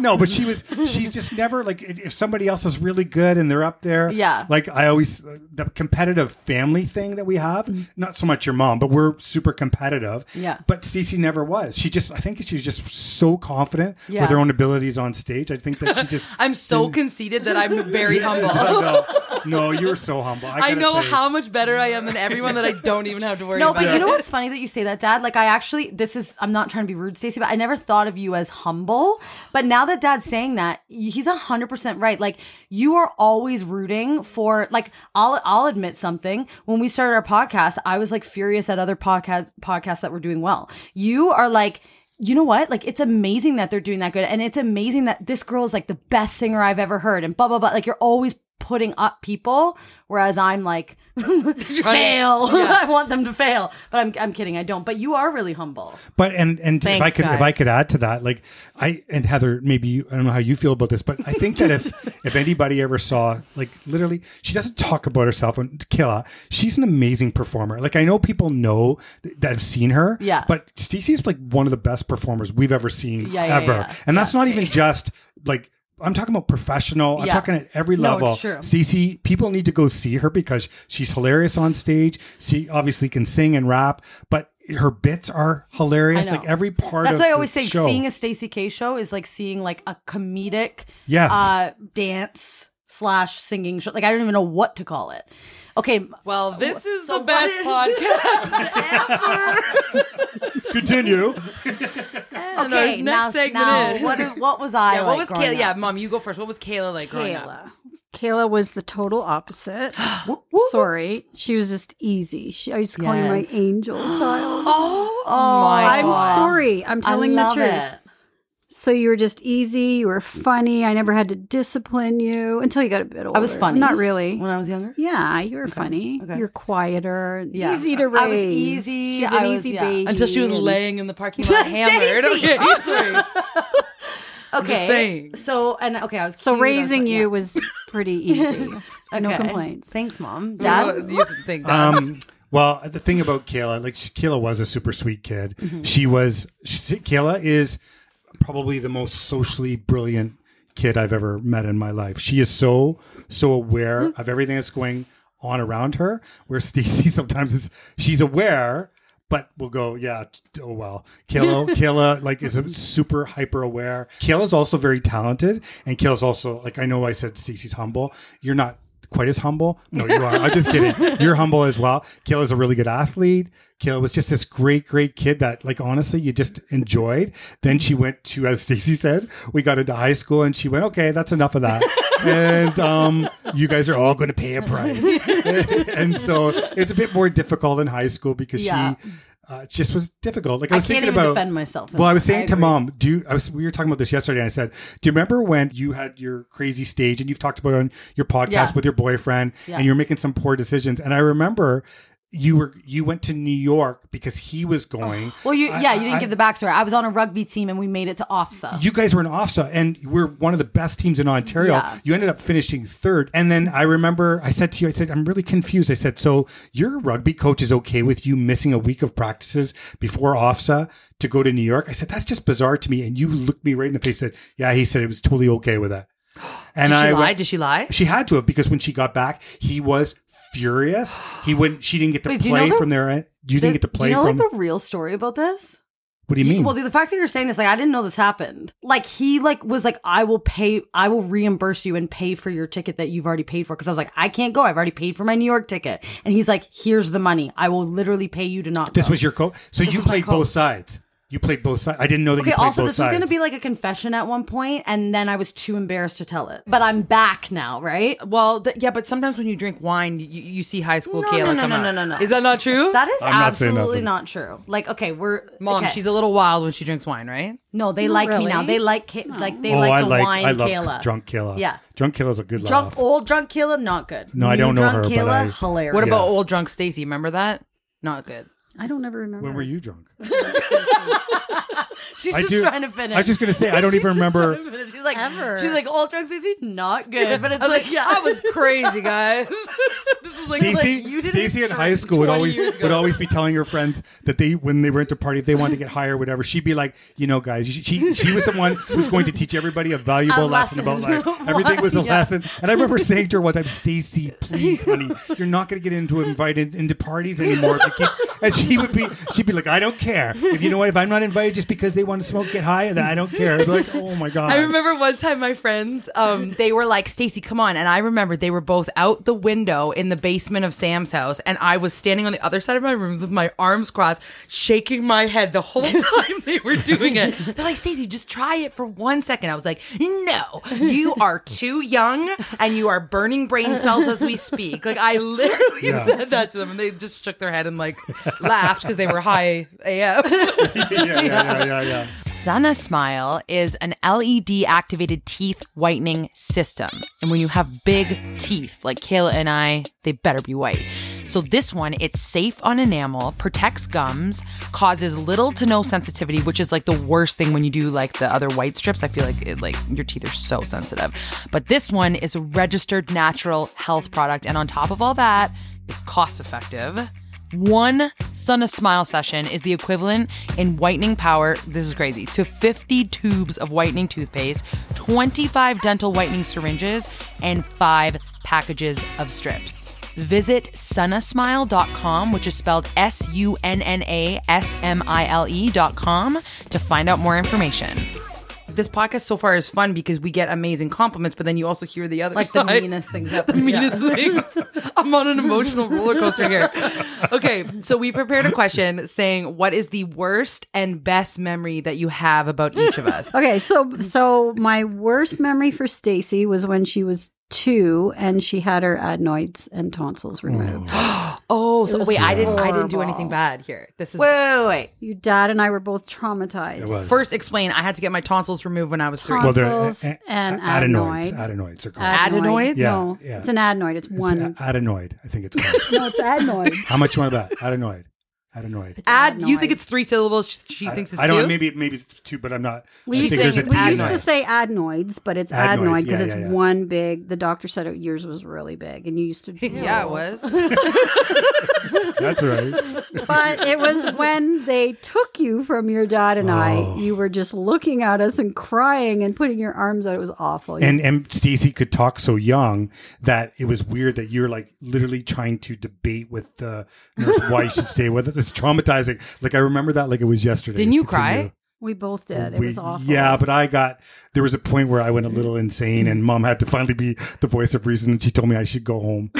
G: [LAUGHS] no, but she was. She's just never like if if somebody else is really good and they're up there.
B: Yeah.
G: Like I always the competitive family thing that we have. Not so much your mom, but we're super competitive.
B: Mm. Yeah.
G: But Cece never was. She just. I think she was just so confident
B: Yeah.
G: with her own abilities on stage. I think that
B: [LAUGHS]
G: she just.
A: I'm so conceited that I'm very
G: [LAUGHS]
A: humble.
G: no, no, you were so humble. I,
A: I
G: gotta
A: know
G: say.
A: how much better I am than everyone that I don't even have to worry
B: No,
A: about.
B: but you know what's funny that you say that, Dad? Like, I actually, this is, I'm not trying to be rude, Stacey, but I never thought of you as humble. But now that Dad's saying that, he's 100% right. Like, you are always rooting for, like, I'll, I'll admit something. When we started our podcast, I was like furious at other podcast, podcasts that were doing well. You are like, you know what? Like, it's amazing that they're doing that good. And it's amazing that this girl is like the best singer I've ever heard and blah, blah, blah. Like, you're always putting up people. Whereas I'm like, [LAUGHS] fail. [LAUGHS] I want them to fail. But I'm, I'm kidding. I don't. But you are really humble.
G: But and and if I
A: Thanks,
G: could if I
A: guys.
G: could add to that, like I and Heather, maybe you, I don't know how you feel about this, but I think
B: [LAUGHS]
G: that if if anybody ever saw like literally, she doesn't talk about herself on Killa. She's an amazing performer. Like I know people know th- that have seen her,
B: Yeah.
G: But Stacey's like one of the best performers we've ever seen
B: Yeah, yeah,
G: ever,
B: yeah.
G: and that's not even just like. I'm talking about professional. I'm
B: Yeah.
G: talking at every
B: No, Oh, it's
G: level.
B: true.
G: Cece, people need to go see her because she's hilarious on stage. She obviously can sing and rap, but her bits are hilarious.
B: I know.
G: Like every part
B: That's
G: of
B: why I
G: the
B: always say
G: show.
B: seeing a Stacey K show is like seeing like a comedic
G: Yes.
B: uh, dance slash singing show. Like, I don't even know what to call it. Okay.
A: well, this is
B: So
A: the best podcast ever.
B: [LAUGHS]
G: Continue.
A: know,
B: Okay.
A: next
B: now,
A: segment
B: now,
A: is-
B: what, what was
A: [LAUGHS]
B: I?
A: Yeah,
B: like
A: what was
B: growing
A: Kayla?
B: up?
A: Yeah, mom, you go first. What was Kayla like growing up?
F: Kayla. Kayla was the total opposite. [GASPS] Sorry. She was just easy. She, I used to call you my
B: Yes.
F: angel child.
A: Oh,
F: I'm
B: God.
F: sorry. I'm
B: I
F: telling the
B: love
F: truth.
B: it.
F: So you were just easy. You were funny. I never had to discipline you until you got a bit older.
B: I was funny.
F: Not really.
B: When I was younger?
F: yeah, you were funny.
B: okay.
F: You're quieter.
B: Yeah.
F: Easy to raise.
B: I was easy.
F: She's an
B: I was-
F: easy
B: yeah.
F: baby.
A: until she was
F: and-
A: laying in the parking lot hammered.
B: Stacey!
A: Okay, [LAUGHS] sorry.
B: Okay.
A: saying.
B: So, and okay, I was
F: So
B: cute, I was
F: raising
B: like-
F: you
B: yeah.
F: was
B: [LAUGHS]
F: pretty easy. No
B: Okay.
F: complaints. Mm,
B: Thanks, mom. Dad.
A: What do you think, Dad?
G: Um, [LAUGHS] well, the thing about Kayla, like she- Kayla was a super sweet kid. She was she, Kayla is probably the most socially brilliant kid I've ever met in my life. She is so so aware of everything that's going on around her. Where [LAUGHS] Stacey sometimes is she's aware. But will go, yeah. t- Oh well, Kayla, Kayla, like is a super hyper aware. Kayla's also very talented, and Kayla's also like I know I said Stacey's humble. You're not quite as humble. No, you are. I'm
I: [LAUGHS]
G: just kidding. You're humble as well. Kayla's a really good athlete. Kayla was just this great, great kid that, like, honestly, you just enjoyed. Then she went to, as Stacey said, we got into high school and she went, okay, that's enough
I: [LAUGHS]
G: of that. and um, you guys are all
I: [LAUGHS]
G: going to pay a price. and so it's a bit more difficult in high school because
B: Yeah.
G: she, uh, it just was difficult. Like
I: I
G: I was
I: can't
G: thinking
I: even
G: about
I: defend myself. in
G: Well, I
I: that.
G: was saying to
I: agree.
G: mom, do you, I was we were talking about this yesterday, and I said, do you remember when you had your crazy stage and you've talked about it on your podcast
I: Yeah.
G: with your boyfriend,
I: Yeah.
G: and you were making some poor decisions, and I remember you were you went to New York because he was going.
I: Well, you
G: I-
I: yeah, you didn't
G: I-
I: give the backstory. I was on a rugby team and we made it to OFSA.
G: You guys were in OFSA, and we're one of the best teams in Ontario.
I: Yeah.
G: You ended up finishing third. And then I remember I said to you, I said, I'm really confused. I said, so your rugby coach is okay with you missing a week of practices before OFSA to go to New York? I said, that's just bizarre to me. And you looked me right in the face and said, yeah, he said it was totally okay
I: [GASPS]
G: with that. And
A: Did she
G: I
A: lie?
G: went-
A: Did she lie?
G: she had to have because when she got back, he was furious. He wouldn't. She didn't get to
I: Wait, do you
G: play
I: know the-
G: from there. uh, You didn't get to play
I: Do you know
G: from.
I: like the real story about this?
G: what do you mean?
I: Well, the, the fact that you're saying this, like, I didn't know this happened. Like, he like was like, I will pay, I will reimburse you and pay for your ticket that you've already paid for. Because I was like, I can't go. I've already paid for my New York ticket. And he's like, Here's the money. I will literally pay you to not.
G: this
I: go.
G: was your coach. So you
I: Oh. was my
G: played both
I: coach.
G: sides. You played both sides. I didn't know that
I: Okay.
G: you played
I: Also,
G: both
I: this was
G: sides.
I: going to be like a confession at one point, and then I was too embarrassed to tell it. But I'm back now, right?
A: Well, th- yeah, but sometimes when you drink wine, you, you see high school
I: No,
A: Kayla
I: no, no,
A: come
I: no,
A: out.
I: no, no, no.
A: Is that not true?
I: That is
G: I'm not saying
I: absolutely
G: nothing.
I: not true. Like, okay, we're
A: Mom,
I: okay.
A: she's a little wild when she drinks wine, right?
I: no. They like me now.
F: really.
I: They like Ka- like they
G: oh,
I: like
G: I
I: the
G: like
I: wine
G: I love
I: Kayla.
G: drunk Kayla.
I: Yeah.
G: drunk Kayla's a good
I: Drunk,
G: laugh.
I: old drunk Kayla, not good.
G: No, I
I: New
G: don't know
I: drunk
G: her, but
I: Kayla,
G: I-
I: hilarious.
A: What about
G: Yes.
A: old drunk Stacy? Remember that? Not good.
F: I don't ever remember.
G: when were
I: [LAUGHS]
G: you drunk?
I: She's
G: I
I: just
G: do-
I: trying to finish.
G: I was just gonna say I
I: [LAUGHS]
G: don't even remember.
I: She's like,
F: Ever.
I: she's like, old drunk Stacey, not good. But it's
A: I was
I: like,
A: like,
I: yeah,
A: I was
I: [LAUGHS]
A: crazy, guys. this is like,
G: Stacey,
I: you didn't
G: Stacey in high
I: drink
G: school would
A: 20
G: always
A: years ago.
G: would always be telling her friends that they when they went to party if they wanted to get high or whatever, she'd be like, you know, guys, she she, she was the one who was going to teach everybody a valuable
I: A
G: lesson. about
I: lesson.
G: life. Everything was a
I: Yeah.
G: lesson. And I remember saying to her one time, Stacey, please, honey, you're not going to get into invited into parties anymore. If you keep, and she would be she'd be like, I don't care if you know what if I'm not invited just because they want to smoke, get high, then I don't care. I'd be like, oh my god.
A: I remember one time my friends, um, [LAUGHS] they were like, Stacy, come on. And I remember they were both out the window in the basement of Sam's house. And I was standing on the other side of my rooms with my arms crossed, shaking my head the whole [LAUGHS] time they were doing it. They're like, Stacy, just try it for one second. I was like, no, you are too young and you are burning brain cells as we speak. Like, I literally
G: Yeah.
A: said that to them. And they just shook their head and like laughed because they were high AF.
G: [LAUGHS] yeah, yeah, yeah, yeah, yeah.
A: Sana Smile is an LED activated teeth whitening system. And when you have big teeth, like Kayla and I, they better be white. So this one, it's safe on enamel, protects gums, causes little to no sensitivity, which is like the worst thing when you do like the other white strips. I feel like it, like your teeth are so sensitive. But this one is a registered natural health product and on top of all that, it's cost effective. One Sun a Smile session is the equivalent in whitening power, this is crazy, to 50 tubes of whitening toothpaste, 25 dental whitening syringes, and five packages of strips. Visit sunnasmile.com, which is spelled S U N N A S M I L E.com, to find out more information. This podcast so far is fun because we get amazing compliments, but then you also hear the other
I: like the meanest things ever.
A: the meanest [LAUGHS] things. I'm on an emotional roller coaster here. Okay, so we prepared a question saying what is the worst and best memory that you have about each of us?
F: Okay, so
B: Mm.
F: so my worst memory for Stacy was when she was two and she had her adenoids and tonsils removed.
A: [LAUGHS] Oh, so
F: was
A: wait, I didn't I didn't do anything
F: horrible.
A: bad here. This is
I: Wait, wait, wait.
F: Your dad and I were both traumatized.
G: It was.
A: first explain I had to get my tonsils removed when I was 3.
F: Tonsils
G: they're, uh, uh,
F: and
G: adenoids.
F: adenoid. Uh,
G: Adenoids are called.
F: Adenoid?
A: Adenoids? Yeah,
F: No,
G: yeah.
F: it's an adenoid. It's
G: It's
F: one.
G: a- adenoid, I think it's called.
F: [LAUGHS] no, it's adenoid.
G: [LAUGHS] How much you want about? Adenoid. Adenoid.
A: Add you think it's three syllables, she- she thinks it's
G: I, I
A: two.
G: don't maybe maybe it's two, but I'm not.
F: We,
G: I
F: used
G: think
A: saying
F: to,
G: there's a
A: it's
F: we
G: T in
F: used
G: there.
F: to say adenoids, but it's
G: Adenoids,
F: adenoid
G: yeah,
F: because it's
G: yeah, yeah.
F: one big. The doctor said it, yours was really big, and you
A: [LAUGHS]
F: used to.
A: yeah, it
F: drool.
A: was.
G: That's right.
F: But
A: [LAUGHS]
F: it was when they took you from your dad and
G: Oh.
F: I. You were just looking at us and crying and putting your arms out. It was awful.
G: And and Stacy could talk so young that it was weird that you're like literally trying to debate with the nurse why you should stay with us. It's traumatizing. Like I remember that like it was yesterday.
A: Didn't you cry?
G: Continue.
F: we both did. It
G: We-
F: was awful.
G: Yeah, but I got there was a point where I went a little insane, and mom had to finally be the voice of reason, and she told me I should
F: [LAUGHS]
G: go home.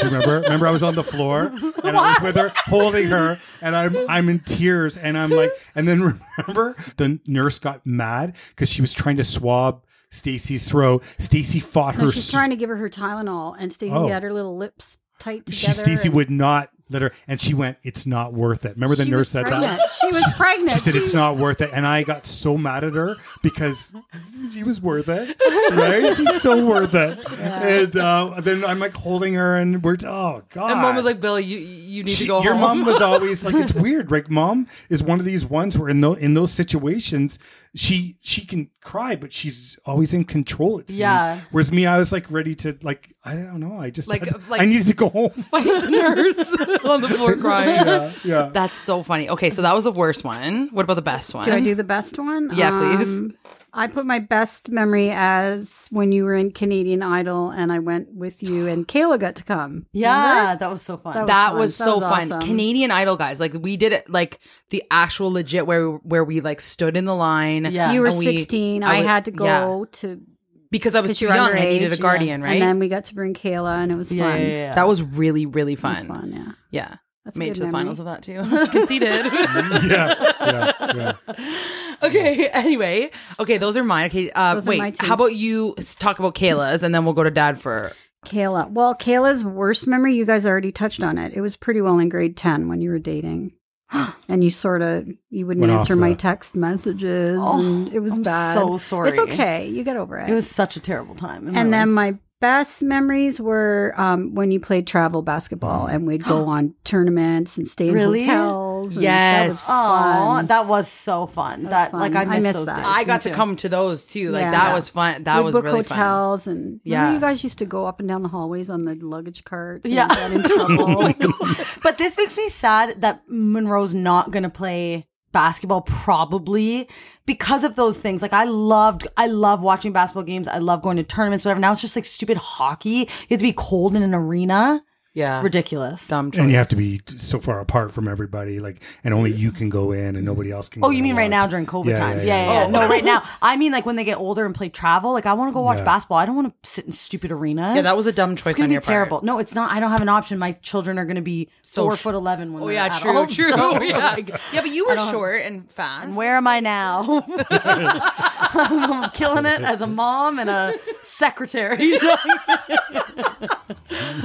G: Do you remember? Remember, I was on the floor and I was with her, holding her, and I'm I'm in tears, and I'm like, and then [LAUGHS] remember the nurse got mad because she was trying to swab Stacy's throat. Stacy fought
F: No,
G: her.
F: she's trying to give her her Tylenol, and Stacey
G: Oh.
F: had her little lips tight
G: she
F: together.
G: Stacy
F: and-
G: would not let her. And she went, it's not worth it. Remember the
F: She
G: nurse
F: was
G: said
F: pregnant.
G: that?
F: She was
G: She's-
F: pregnant.
G: She said,
F: She-
G: it's not worth it. And I got so mad at her because [LAUGHS] she was worth it, right? She's so worth it. And uh, then I'm like holding her and we're, oh God.
A: And mom was like, Bill, you you need
G: She-
A: to go
G: your
A: home.
G: mom was always like it's weird like mom is one of these ones where in those in those situations she she can cry but she's always in control it seems
I: Yeah.
G: whereas me i was like ready to like i don't know i just
A: Like-
G: had-
A: like-
G: i needed to go home
A: fight the [LAUGHS] nurse [LAUGHS] on the
G: [LAUGHS]
A: floor crying.
G: yeah
A: That's so funny. Okay, so that was the worst one. What about the best one?
F: Do I do the best one? Um,
A: Yeah, please.
F: I put my best memory as when you were in Canadian Idol and I went with
A: [GASPS]
F: you and Kayla got to come.
I: Yeah, that was so fun.
F: That
A: that
F: fun.
A: was
F: That
A: so
F: was
A: fun.
F: awesome.
A: Canadian Idol guys, like we did it like the actual legit where where we like stood in the line.
I: Yeah.
F: You were
A: and we-
F: 16. I,
A: was-
F: had to
A: yeah.
F: go to
A: because I was
F: because
A: too
F: you were
A: young. I needed a
F: underage,
A: guardian, right?
F: and then we got to bring Kayla and it was
I: yeah,
F: fun.
I: yeah, yeah.
A: that was really really fun.
F: It was fun, yeah.
A: Yeah,
F: That's a
A: made it
F: good
A: to the
F: memory.
A: finals of that [LAUGHS] too.
I: [LAUGHS]
A: Conceded.
G: yeah
A: [LAUGHS]
G: yeah, yeah.
A: okay. Anyway. Okay. Those are mine. Okay. Uh,
F: Those are
A: wait.
F: my two.
A: How about you s- talk about Kayla's and then we'll go to Dad for.
F: Kayla. Well, Kayla's worst memory, you guys already touched on it. It was pretty well in grade 10 when you
A: [GASPS]
F: were dating. And you sort of you wouldn't
G: Went off
F: answer my
G: that.
F: text messages
A: Oh,
F: and it was
I: I'm
F: bad.
I: so sorry.
F: It's okay. You get over it.
I: It was such a terrible time. in my
F: and then
I: life.
F: my best memories were um, when you played travel basketball
A: Mm.
F: and we'd go
A: [GASPS]
F: on tournaments and stay in
I: Really?
F: hotels. and
A: Yes.
F: That
I: Aw,
F: was fun.
I: that was so fun.
F: was
I: That,
F: fun.
I: like I
F: I
I: miss
F: miss
I: those
F: that.
I: days.
A: I
I: Me
A: got to
I: too.
A: come to those too. Like
F: Yeah.
A: that
F: Yeah.
A: was fun. That
F: We'd
A: was
F: book
A: really fun.
F: hotels and
A: Yeah.
F: remember you guys used to go up and down the hallways on the luggage carts. and
I: Yeah.
F: get
A: [LAUGHS]
F: in
A: Oh
F: trouble.
I: But this makes me sad that Monroe's not going to play basketball probably because of those things. Like I loved I love watching basketball games. I love going to tournaments whatever. Now it's just like stupid hockey. You have to be cold in an arena.
A: Yeah.
I: Ridiculous.
A: Dumb choice.
G: and you have to be so far apart from everybody like and only you can go in and nobody else can
I: Oh,
G: go
I: you
G: and
I: mean right now
G: watch.
I: during COVID
G: Yeah, yeah,
I: times? Yeah,
G: yeah.
I: yeah. yeah. No,
A: [LAUGHS]
I: right now. I mean, like when they get older and play travel. Like I want to go watch
G: Yeah.
I: basketball. I don't want to sit in stupid arenas.
A: Yeah, that was a dumb choice
I: It's gonna
A: on
I: be
A: your part.
I: terrible. No, it's not. I don't have an option. My children are gonna be
A: So
I: four
A: sh-
I: foot eleven when
A: Oh
I: they're
A: yeah, true, [LAUGHS]
I: adults.
A: true.
I: So,
A: yeah.
I: like,
A: yeah, but you were short and fast.
I: And where am I now? [LAUGHS] I'm killing it as a mom and a secretary. [LAUGHS]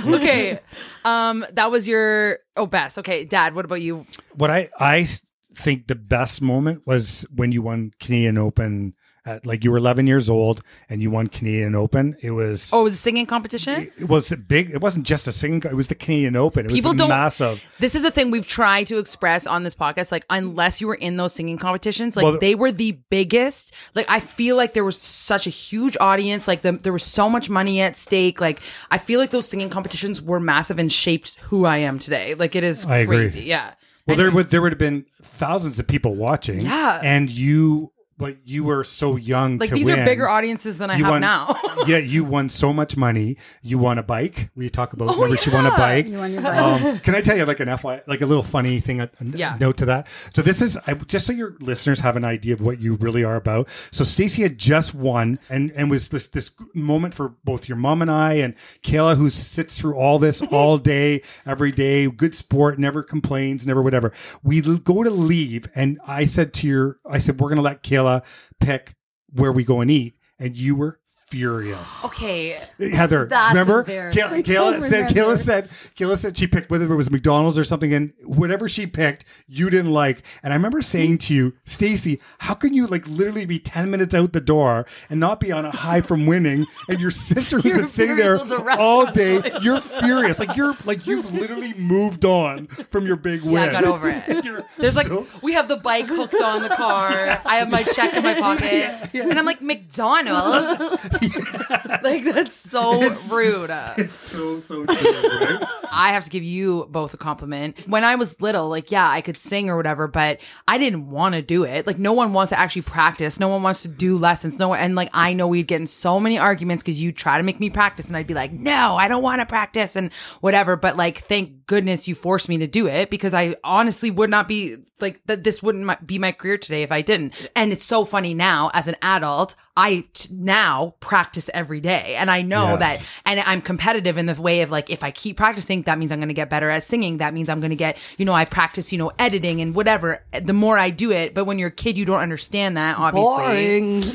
A: okay. Um, that was your oh best. Okay, Dad, what about you?
G: what I I s- think the best moment was when you won Canadian Open at like you were 11 years old and you won Canadian Open. It was
A: Oh, it was a singing competition.
G: it was a big. It wasn't just a singing. co- It was the Canadian Open. It was
A: People don't-
G: massive.
A: This is a thing we've tried to express on this podcast. Like, unless you were in those singing competitions, like
G: Well,
A: they were the biggest. Like, I feel like there was such a huge audience. Like, the, there was so much money at stake. Like, I feel like those singing competitions were massive and shaped who I am today. Like, it is
G: I agree.
A: crazy. Yeah.
G: Well, there would there would have been thousands of people watching.
A: Yeah.
G: and you like you were so young.
A: Like,
G: to
A: these are
G: win.
A: bigger audiences than I have
G: won,
A: now. [LAUGHS]
G: yeah, you won so much money. You won a bike. We talk about
A: Oh,
G: remember she won a bike.
F: You won [LAUGHS] your
A: [LAUGHS]
F: bike.
G: Um, can I tell you like an FY, like a little funny thing, a, a
A: Yeah.
G: note to that? So this is I, just so your listeners have an idea of what you really are about. So Stacey had just won, and and was this this moment for both your mom and I and Kayla, who sits through
A: [LAUGHS]
G: all this all day, every day, good sport, never complains, never whatever. We l- go to leave, and I said to your, I said we're gonna let Kayla pick where we go and eat, and you were furious.
A: okay.
G: Heather,
I: That's
G: remember?
I: embarrassing.
G: Kayla, Kayla said Kayla said Kayla said she picked whether it was McDonald's or something, and whatever she picked, you didn't like. And I remember saying to you, Stacy, how can you like literally be ten minutes out the door and not be on a high from winning? And your sister who's been sitting there
I: furious with the
G: all day, you're furious. Like you're like you've literally moved on from your big win.
A: Yeah, I got over it.
G: [LAUGHS] You're
A: There's like
G: so-
A: we have the bike hooked on the
G: [LAUGHS]
A: car. I have my check in my pocket, and I'm like
G: [LAUGHS]
A: McDonald's. like that's so rude.
G: it's so so true, [LAUGHS] right?
A: I have to give you both a compliment. When I was little, like yeah, I could sing or whatever, but I didn't want to do it. Like no one wants to actually practice. No one wants to do lessons. No one, and like I know we'd get in so many arguments because you try to make me practice, and I'd be like, no, I don't want to practice and whatever. But like, thank goodness you forced me to do it because I honestly would not be like that. This wouldn't mi- be my career today if I didn't. And it's so funny now as an adult. I t- now practice every day, and I know
G: Yes.
A: that and I'm competitive in the way of like if I keep practicing, that means I'm going to get better at singing. That means I'm going to get you know I practice you know editing and whatever. The more I do it, but when you're a kid, you don't understand that obviously.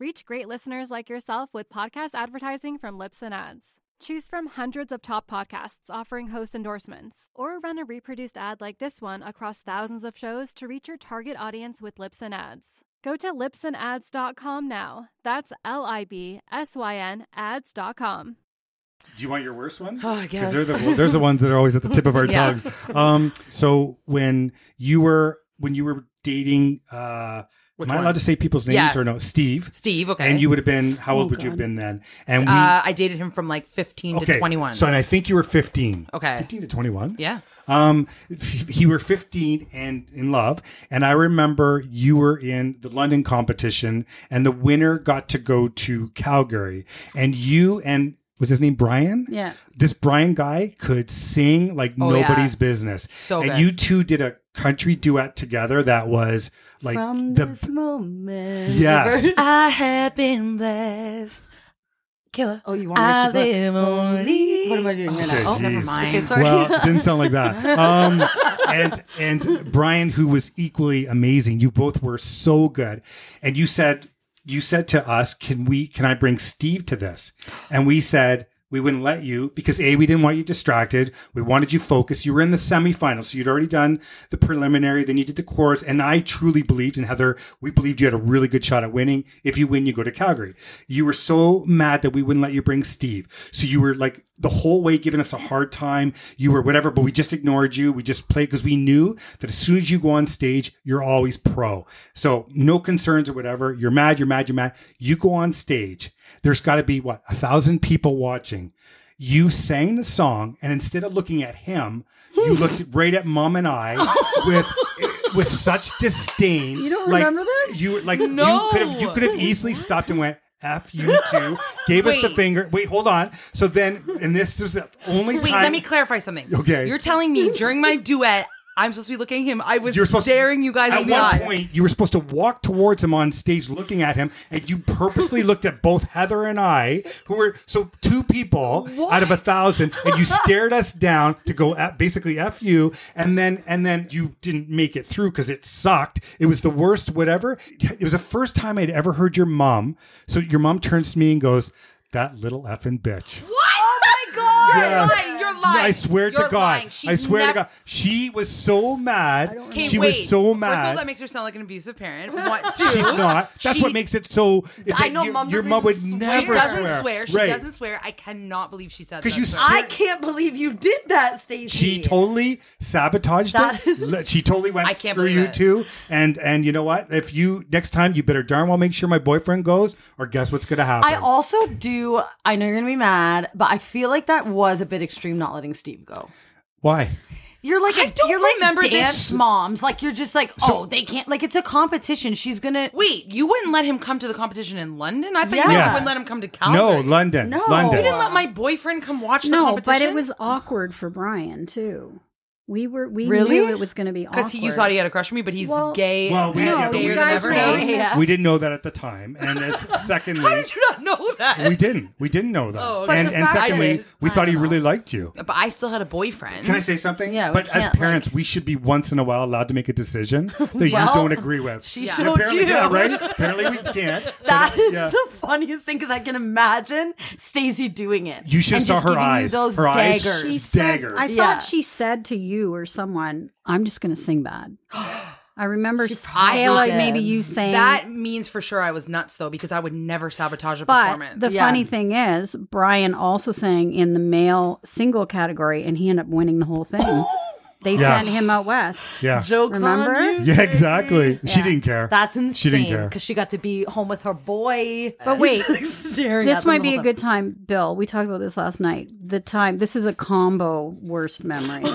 E: Reach great listeners like yourself with podcast advertising from Lips and Ads. Choose from hundreds of top podcasts offering host endorsements, or run a reproduced ad like this one across thousands of shows to reach your target audience with Lips and Ads. Go to lipsandads.com now. That's L I B S Y N ads.com.
G: Do you want your
A: [SIGHS]
G: worst [LAUGHS] one?
B: [LAUGHS] Oh, I guess.
G: Because they're the, there's the ones that are always at the tip of our
A: [LAUGHS]
B: Yeah.
G: tongues. Um, so when you were when you were dating, uh,
D: Which
G: am I
D: one?
G: allowed to say people's names
A: Yeah.
G: or no? Steve.
A: Steve, okay. Oh,
G: And you would have been. How old would you have been then? And we.
A: uh, I dated him from like 15
G: okay.
A: to 21.
G: So and I think you were 15.
A: Okay.
G: 15 to 21.
A: yeah.
G: Um, f- he were 15 and in love, and I remember you were in the London competition, and the winner got to go to Calgary, and you and was his name Brian?
F: Yeah.
G: This Brian guy could sing like
A: Oh, yeah.
G: nobody's business.
A: So
G: and
A: good.
G: you two did a country duet together that was like
B: From
G: the
B: this moment,
G: yes.
B: I have been blessed. Killer.
I: Oh, you want me to
B: I
I: keep going?
B: live only.
I: What am I doing right
G: Okay,
I: now?
A: Oh, never
G: jeez.
A: mind.
B: Okay, sorry.
G: Well, it didn't sound like that. Um, and and Brian, who was equally amazing, you both were so good. And you said you said to us, "Can we? Can I bring Steve to this?" And we said. We wouldn't let you because A, we didn't want you distracted. We wanted you focused. You were in the semifinals. So you'd already done the preliminary, then you did the chorus. And I truly believed, and Heather, we believed you had a really good shot at winning. If you win, you go to Calgary. You were so mad that we wouldn't let you bring Steve. So you were like the whole way giving us a hard time. You were whatever, but we just ignored you. We just played because we knew that as soon as you go on stage, you're always pro. So no concerns or whatever. You're mad, you're mad, you're mad. You go on stage. There's got to be what, a thousand people watching you sang the song and instead of looking at him
A: [LAUGHS]
G: you looked right at mom and i with with such disdain you
I: don't remember this?
G: you like
A: No.
G: you could have you
A: [LAUGHS]
G: could have easily stopped and went F you two gave us the
A: Wait.
G: finger. Wait, hold on. So then, and this was the only
A: Wait,
G: time.
A: let me clarify something.
G: Okay.
A: You're telling me during my duet, I'm supposed to be looking at him. I was
G: You were supposed to-
A: staring you guys
G: at
A: in
G: one
A: the eye.
G: point you were supposed to walk towards him on stage looking at him and you purposely looked at both heather and i who were so two people out of a thousand
A: [LAUGHS]
G: and you stared us down to go at basically f you and then and then you didn't make it through because it sucked it was the worst whatever it was the first time i'd ever heard your mom so your mom turns to me and goes that little effing bitch
A: What? Oh my god! [LAUGHS] You're
G: Yes.
A: lying. You're lying.
G: I swear
A: You're
G: to God.
A: lying.
G: I
A: She's
G: swear
A: nev-
G: to God. She was so mad.
A: Okay,
G: She
A: wait.
G: was so
A: First of all,
G: mad.
A: that makes her sound like an abusive parent. One, two.
G: She's not. That's what
A: She-
G: makes it so. It's
I: I
G: like
I: know
G: your,
I: mom
G: your
I: doesn't
G: mom would
I: even
G: never
I: swear.
A: She doesn't swear. She
G: Right.
A: doesn't swear. I cannot believe she said that.
G: 'Cause you
A: though.
G: s-
I: I can't believe you did that, Stacey.
G: She totally sabotaged
I: That
G: it.
I: is-
G: Le- she totally went
A: I can't
G: screw
A: believe
G: you
A: it."
G: two. And and you know what? If you next time, you better darn well make sure my boyfriend goes. Or guess what's going to happen?
I: I also do. I know you're gonna be mad, but I feel like that was a bit extreme not letting Steve go.
G: Why?
I: You're like
A: I
I: a-
A: don't
I: you're like
A: remember this.
I: dance moms. Like you're just like oh they can't like it's a competition. She's gonna
A: Wait, you wouldn't let him come to the competition in London? I thought you
I: Yes.
A: wouldn't let him come to Calgary.
G: No, London.
I: No.
G: London.
I: You
A: didn't let my boyfriend come watch the
F: No,
A: competition.
F: but it was awkward for Brian too. We were we
I: Really?
F: knew it was going to be awkward
A: because you thought he had a crush on me, but he's
F: Well,
A: gay.
G: Well, we-
A: and
G: yeah,
F: no,
G: but
A: gayer
F: you
A: than
F: guys
A: ever
F: were
A: now.
F: in this-
G: we didn't know that at the time. And it's, [LAUGHS] secondly,
A: How did [LAUGHS] you not know that?
G: we didn't. We didn't know that.
A: Oh, okay.
G: And
A: But the
G: and
A: fact
G: secondly,
A: is-
G: we thought he really liked you.
A: but I still had a boyfriend.
G: Can I say something?
I: Yeah, we
G: But as
I: can't,
G: parents, we should be once in a while allowed to make a
A: [LAUGHS]
G: decision that you
I: Well,
G: don't agree with.
I: she
G: And
I: showed
G: apparently,
I: you.
G: Yeah, right? Apparently, we
A: [LAUGHS]
G: can't. But,
I: That is
G: yeah.
I: the funniest thing because I can imagine Stacey doing it.
G: You should
I: And
G: saw
I: just
G: her
I: giving you
G: eyes.
I: those
G: Her eyes-
I: daggers.
F: She
G: It's
F: said,
G: daggers.
F: I
I: Yeah.
F: thought she said to you or someone, "I'm just going to
A: [GASPS]
F: sing bad." I remember
A: probably
F: I like
I: did.
F: maybe you saying
A: That means for sure I was nuts though because I would never sabotage a
F: But
A: performance.
F: the
I: Yeah.
F: funny thing is, Brian also sang in the male single category, and he ended up winning the whole thing.
I: [LAUGHS]
F: they
G: Yeah.
F: sent him out west.
G: Yeah.
I: Jokes
F: Remember?
I: on you.
G: Yeah, exactly. She didn't care.
I: That's
G: She didn't
I: insane
G: care.
I: because she got to be home with her boy. [LAUGHS]
F: But wait,
I: staring at
F: this
I: them
F: might
I: the
F: be
I: whole
F: a
I: time.
F: good time, Bill. We talked about this last night. The time. This is a combo worst memory.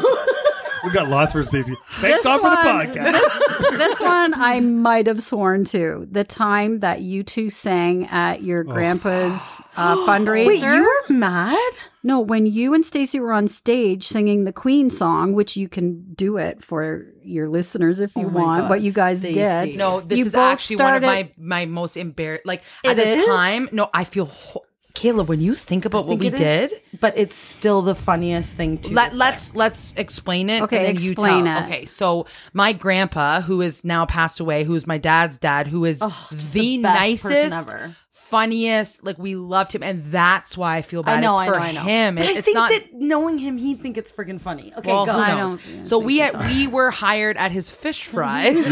G: We've got lots for Stacey. Thanks, Tom, for the podcast.
F: This, this one I might have sworn to the time that you two sang at your grandpa's uh, fundraiser.
B: Wait, you were mad?
F: No, when you and Stacy were on stage singing the Queen song, which you can do it for your listeners if
B: Oh
F: you want, what you guys did.
A: No, this
F: You
A: is
F: both
A: actually
F: started-
A: one of my my most embarrassed. Like at
F: It
A: the
F: is?
A: time, no, I feel. Ho- Caleb, when you think about what we
B: It is,
A: did,
B: but it's still the funniest thing to
A: let,
B: this
A: let's let's explain it.
F: Okay,
A: and then you
F: explain
A: tell.
F: it.
A: Okay, so my grandpa, who is now passed away, who is my dad's dad, who is the,
B: Oh, the best person
A: nicest,
B: ever.
A: funniest. Like we loved him, and that's why I feel bad.
B: I know,
A: it's
B: I know,
A: for
B: I know.
A: him. It-
B: But I
A: it's
B: think
A: not,
B: that knowing him, he'd think it's freaking funny. Okay,
A: well,
B: go.
A: who
F: I
A: knows?
F: don't- yeah,
A: so we had, we were hired at his fish fry. [LAUGHS]
G: For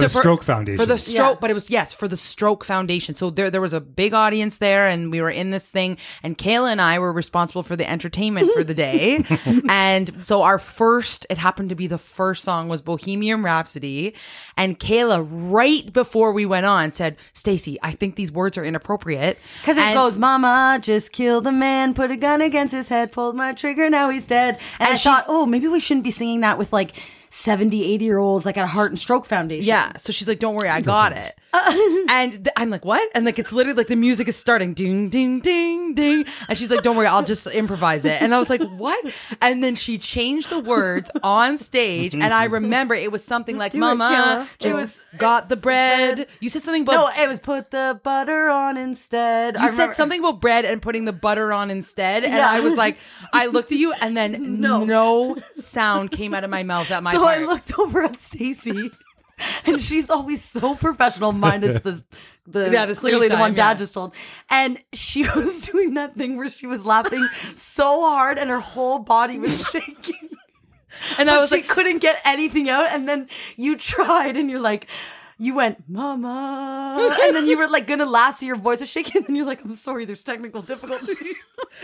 G: the Stroke Foundation.
A: For the stroke, but it was yes for the stroke foundation. So there there was a big audience there, and we were in this thing, and Kayla and I were responsible for the entertainment for the day, and so our first it happened to be the first song was Bohemian Rhapsody, and Kayla right before we went on said, "Stacy, I think these words are inappropriate
B: Because it
A: And-
B: goes, Mama just killed a man, put a gun against his head, pulled my trigger, now he's dead. And, I
A: And she-
B: thought, oh, maybe we shouldn't be singing that with like 70, 80 year olds, like at a Heart and Stroke Foundation.
A: Yeah. So she's like, "Don't worry, I got it." and th- I'm like, "What?" And like, it's literally like the music is starting, ding, ding, ding, ding. And she's like, "Don't worry, I'll just improvise it." And I was like, "What?" And then she changed the words on stage, and I remember it was something like, "Mama just got the bread." You said something
B: No,
A: about.
B: it was put the butter on instead. I
A: you said
B: remember-
A: something about bread and putting the butter on instead, and
B: Yeah.
A: I was like, I looked at you, and
B: [LAUGHS]
A: then no, sound came out of my mouth at my
B: so
A: part.
B: I looked over at Stacy, [LAUGHS] and she's always so professional, minus the the
A: Yeah, the stage
B: clearly the
A: time,
B: one
A: yeah.
B: dad just told. And she [LAUGHS] was doing that thing where she was laughing so hard, and her whole body was [LAUGHS] shaking.
A: and I
B: But
A: was
B: she
A: like,
B: couldn't get anything out, and then you tried, and you're like. You went, Mama. And then you were like gonna laugh, so your voice was shaking. And then you're like, I'm sorry, there's technical difficulties. [LAUGHS]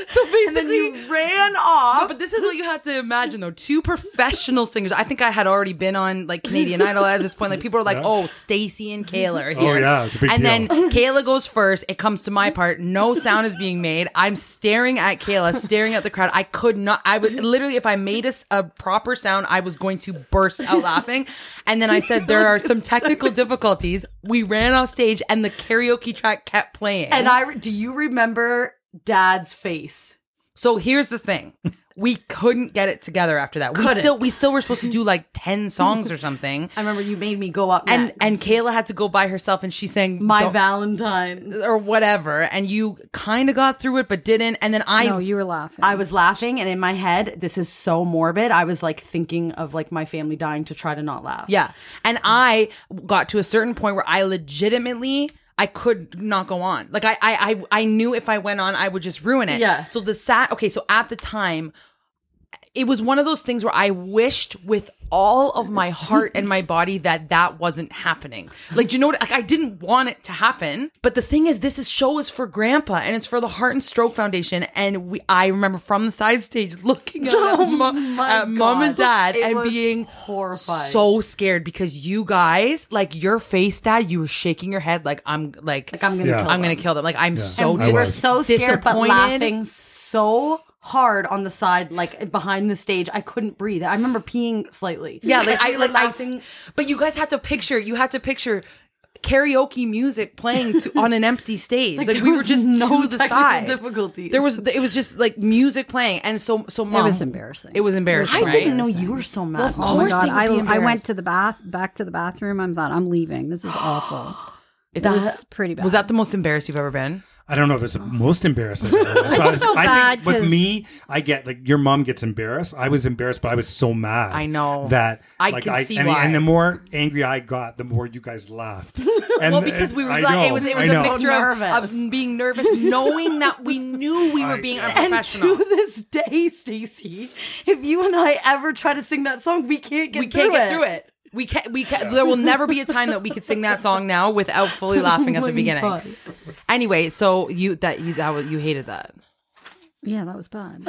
B: so basically, and then you ran off.
A: No, but this is what you have to imagine though. Two professional singers. I think I had already been on like Canadian Idol at this point. Like people are like, "Oh, Stacy and Kayla are here."
G: Oh, yeah, it's a big
A: And
G: deal.
A: then Kayla goes first. It comes to my part. No sound is being made. I'm staring at Kayla, staring at the crowd. I could not. I was literally, if I made a, s- a proper sound, I was going to burst out laughing. And then I said, "There are some technical difficulties." We ran off stage, and the karaoke track kept playing.
B: And I re- do you remember Dad's face?
A: So here's the thing. We couldn't get it together after that. We
B: Couldn't.
A: still we still were supposed to do like 10 songs or
B: [LAUGHS]
A: something.
B: I remember you made me go up
A: And
B: next.
A: and Kayla had to go by herself and she sang
B: my
A: Don't-
B: Valentine.
A: or whatever and you kind of got through it but didn't and then I
F: No, Oh, you were laughing.
B: I was laughing, and in my head, this is so morbid. I was like thinking of like my family dying to try to not laugh.
A: yeah. And I got to a certain point where I legitimately I could not go on. Like I I I, I knew if I went on I would just ruin it.
B: Yeah.
A: So the sad okay, so at the time it was one of those things where I wished with all of my heart and my body that that wasn't happening. Like, do you know what? Like, I didn't want it to happen. But the thing is, this is show is for Grandpa and it's for the Heart and Stroke Foundation. And we, I remember from the side stage [LAUGHS] looking at,
B: Oh
A: mo- at mom and dad
B: It
A: and
B: was
A: being
B: horrified.
A: so scared because you guys, like your face, dad, you were shaking your head like I'm like,
B: Like I'm gonna
G: Yeah.
B: kill.
A: I'm
B: them.
A: gonna kill them. Like I'm so
G: I
A: dis-
G: was.
B: We're so scared, but
A: disappointed.
B: laughing so hard on the side, like behind the stage. I couldn't breathe. I remember peeing slightly.
A: Yeah, like I
B: [LAUGHS] we
A: like
B: were
A: I, but you guys have to picture. You have to picture karaoke music playing to, on an [LAUGHS] empty stage. Like,
B: there
A: we were
B: was
A: just
B: no
A: to the
B: technical
A: side.
B: difficulties.
A: There was it was just like music playing, and so so mom.
F: was embarrassing.
A: It was embarrassing.
B: I didn't know
A: right?
B: you were so mad.
F: Oh my
A: course
F: God,
A: they would be
F: I, I went
A: embarrassed.
F: to the bath, back to the bathroom. I'm thought I'm leaving. This is awful.
A: It's-
F: That's pretty bad.
A: was that the most embarrassed you've ever been?
G: I don't know if it's the
A: [LAUGHS]
G: most embarrassing. I,
F: just felt bad
G: with
F: 'cause-
G: me, I get like your mom gets embarrassed. I was embarrassed, but I was so mad.
A: I know.
G: that
A: I
G: like,
A: can see
G: and,
A: why.
G: And the more angry I got, the more you guys laughed.
A: [LAUGHS]
G: And
A: Well, because we were
G: I
A: like,
G: know,
A: it was it
G: I
A: was a
G: know.
A: mixture of,
B: nervous.
A: of being nervous, knowing that we knew we were
G: I-
A: being
G: And
B: And to
A: unprofessional.
F: [LAUGHS]
B: this day, Stacey, if you and I ever try to sing that song, we can't get
A: we
B: through
A: can't get
B: it.
A: through it. We can't. We can't. There will never be a time that we could sing that song now without fully laughing [LAUGHS] at the beginning. Anyway, so you that you that was- you hated that.
F: yeah, that was bad.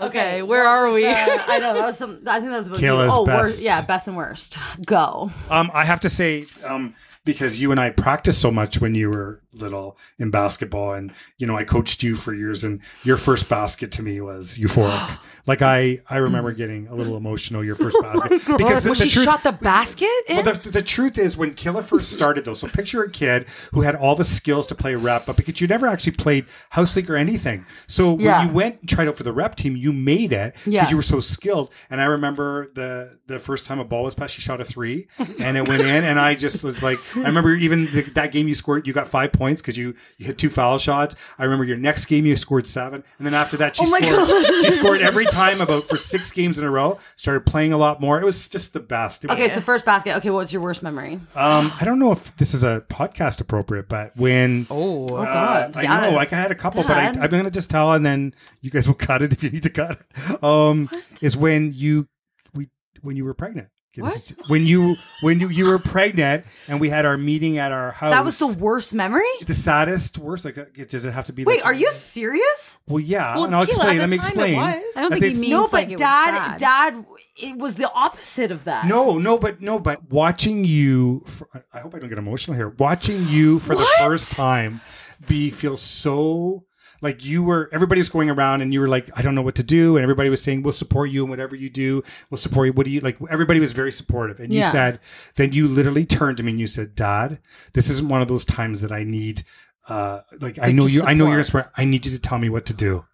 A: Okay, where are we?
B: Uh, I know that was some. I think that was about you.
G: Kayla's
B: oh,
G: best.
B: worst. Yeah, best and worst. Go.
G: Um, I have to say, um, because you and I practiced so much when you were little in basketball, and you know I coached you for years, and your first basket to me
A: [GASPS]
G: was euphoric. like I, I remember
A: Mm.
G: getting a little emotional your first
A: [LAUGHS]
G: basket because
A: Oh Well, she shot the basket in?
G: Well, the, the truth is, when Killer first started, though, so picture a kid who had all the skills to play rep, but because you never actually played House League or anything. So
I: Yeah.
G: when you went and tried out for the rep team, you made it because
I: Yeah.
G: you were so skilled. And I remember the the first time a ball was passed, she shot a three and it went in. And I just was like, I remember even the, that game you scored, you got five points because you, you hit two foul shots. I remember your next game, you scored seven. And then after that, she
I: Oh my
G: scored. She scored every time about for six games in a row. Started playing a lot more. It was just the best. It was-
I: Okay, so first basket. Okay, what's your worst memory?
G: um, I don't know if this is a podcast appropriate, but when oh, God, I know like I had a couple, but I, I'm gonna just tell, and then you guys will [LAUGHS] cut it if you need to cut it. Um, is when you we when you were pregnant. Okay, this is- When you when you, you were pregnant and we had our meeting at our house.
I: That was the worst memory?
G: the saddest, worst. Like, uh, does it have to be?
I: Wait,
G: like,
I: are you serious?
G: Well, yeah, and I'll explain. Let me explain.
F: I don't
G: I
F: think,
G: think-
F: he means
G: No,
I: No,
F: like
I: but
F: it was
I: dad,
F: bad.
I: dad, it was the opposite of that.
G: No, no, but no, but watching you. For, I hope I don't get emotional here. Watching you for the first time be feel so like you were. Everybody was going around, and you were like, I don't know what to do, and everybody was saying, "We'll support you in whatever you do. We'll support you." What do you like? Everybody was very supportive, and you
I: Yeah.
G: said, then you literally turned to me and you said, "Dad, this isn't one of those times that I need." Uh, like I know you, I know you're. gonna support- I need you to tell me what to do.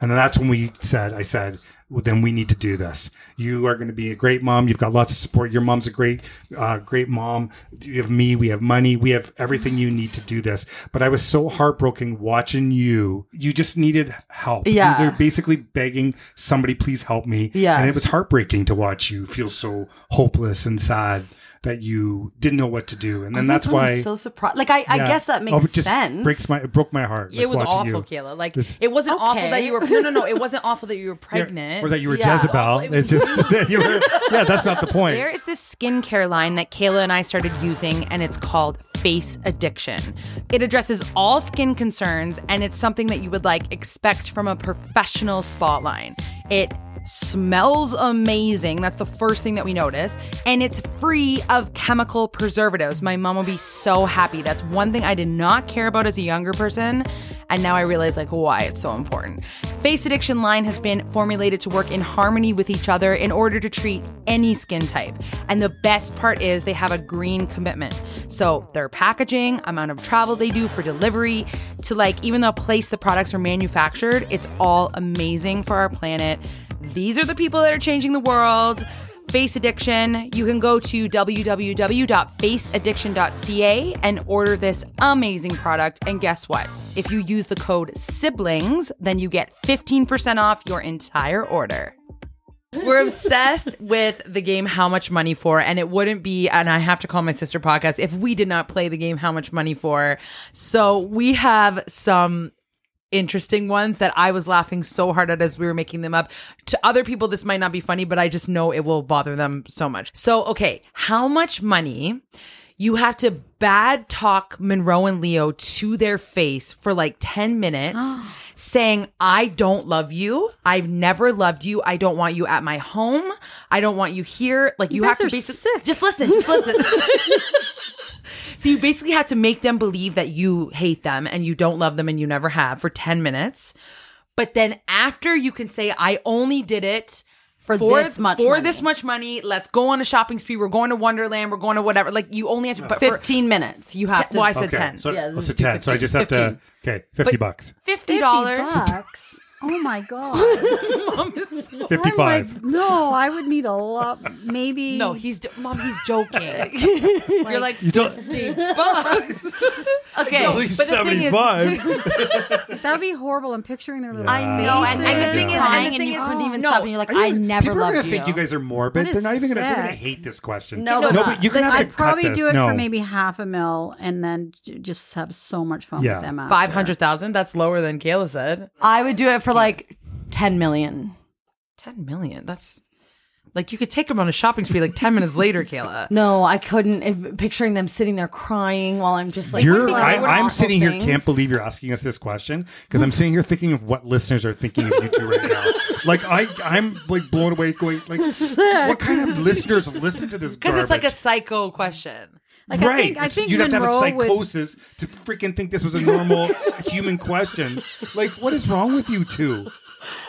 G: And then that's when we said, I said, well, then we need to do this. You are going to be a great mom. You've got lots of support. Your mom's a great, uh, great mom. You have me. We have money. We have everything you need to do this. But I was so heartbroken watching you. You just needed help.
I: Yeah.
G: They're basically begging somebody, please help me.
I: Yeah.
G: And it was heartbreaking to watch you feel so hopeless and sad that you didn't know what to do. And then that's
I: I'm
G: why.
I: so surprised. Like, I, I
G: yeah.
I: guess that makes
G: Oh, it just
I: sense.
G: Breaks my, it broke my heart.
A: it was
G: watching
A: awful,
G: you.
A: Kayla. Like
G: This-
A: it wasn't awful that you were
I: Okay.
A: no no no. It wasn't awful that you were pregnant
G: or that you were
I: Yeah.
G: Jezebel.
A: It
G: It's
A: was
G: just [LAUGHS] that you were. Yeah, that's not the point.
A: There is this skincare line that Kayla and I started using, and it's called Face Addiction. It addresses all skin concerns, and it's something that you would like expect from a professional spotlight. It smells amazing. That's the first thing that we notice. And it's free of chemical preservatives. My mom will be so happy. That's one thing I did not care about as a younger person. And now I realize like why it's so important. Face Addiction line has been formulated to work in harmony with each other in order to treat any skin type. And the best part is they have a green commitment. So their packaging, amount of travel they do for delivery, to like even the place the products are manufactured, it's all amazing for our planet. These are the people that are changing the world. Face Addiction. You can go to www.faceaddiction.ca and order this amazing product. And guess what? If you use the code SIBLINGS, then you get 15% off your entire order. We're obsessed with the game How Much Money For, and it wouldn't be, and I have to call my sister podcast if we did not play the game How Much Money For. So we have some interesting ones that I was laughing so hard at as we were making them up. To other people, this might not be funny, but I just know it will bother them so much. So, okay, how much money you have to bad talk Monroe and Leo to their face for like 10 minutes, saying, I don't love you. I've never loved you. I don't want you at my home. I don't want you here. Like, you, have to
I: are
A: basi- Just listen, just listen. So you basically have to make them believe that you hate them and you don't love them and you never have for 10 minutes. But then after you can say, I only did it
I: For this much
A: for
I: money."
A: this much money. Let's go on a shopping spree. We're going to Wonderland. We're going to whatever. Like you only have to but for
I: 15 minutes. You have to.
A: well, I said
G: Okay,
A: 10.
G: So,
I: Yeah,
G: oh, so
I: do
G: ten. So I just have to. Okay, fifty bucks,
A: $50.
F: 50 bucks. Oh my god! I'm
G: fifty-five.
F: like, no, I would need a lot. Maybe
A: No, he's jo- mom. He's
I: [LAUGHS]
A: joking. You're like
G: you don't.
A: bucks. okay,
G: At least seventy-five.
F: that'd be horrible. I'm picturing their little
I: I know. And, and the
F: faces.
I: thing is,
A: Crying
I: and the
A: and
I: thing
A: you
I: is,
A: couldn't
I: couldn't
A: even
I: even
A: stop
I: stop. And
A: and you're
I: you're like, I never
G: People are
I: loved
G: gonna
I: you.
G: think you guys are morbid.
F: That is
G: They're not even gonna. They're gonna
F: sick.
G: hate this question.
I: No, they're
G: no,
I: not.
G: but you're gonna have to
F: I'd
G: cut
F: probably
G: this.
F: do it
G: no.
F: for maybe half a mil, and then j- just have so much fun
G: Yeah.
F: with them. after.
A: 500,000. That's lower than Kayla said.
I: I would do it for like 10 million.
A: 10 million. That's like you could take him on a shopping spree like 10 minutes later, Kayla.
I: No, I couldn't. If- Picturing them sitting there crying while I'm just like,
G: You're,
I: thinking
G: I,
I: about
G: I'm
I: awful
G: sitting here,
I: things.
G: can't believe you're asking us this question because I'm sitting here thinking of what listeners are thinking of you two
B: [LAUGHS]
G: right now. like I, I'm like blown away, going like, what kind of listeners listen to this?
A: Because it's like a
G: garbage?
A: psycho question.
F: Like
G: right.
F: I think I
G: It's-
F: think
G: You'd have to have a
F: Monroe would-
G: psychosis to freaking think this was a normal human question. Like, what is wrong with you two?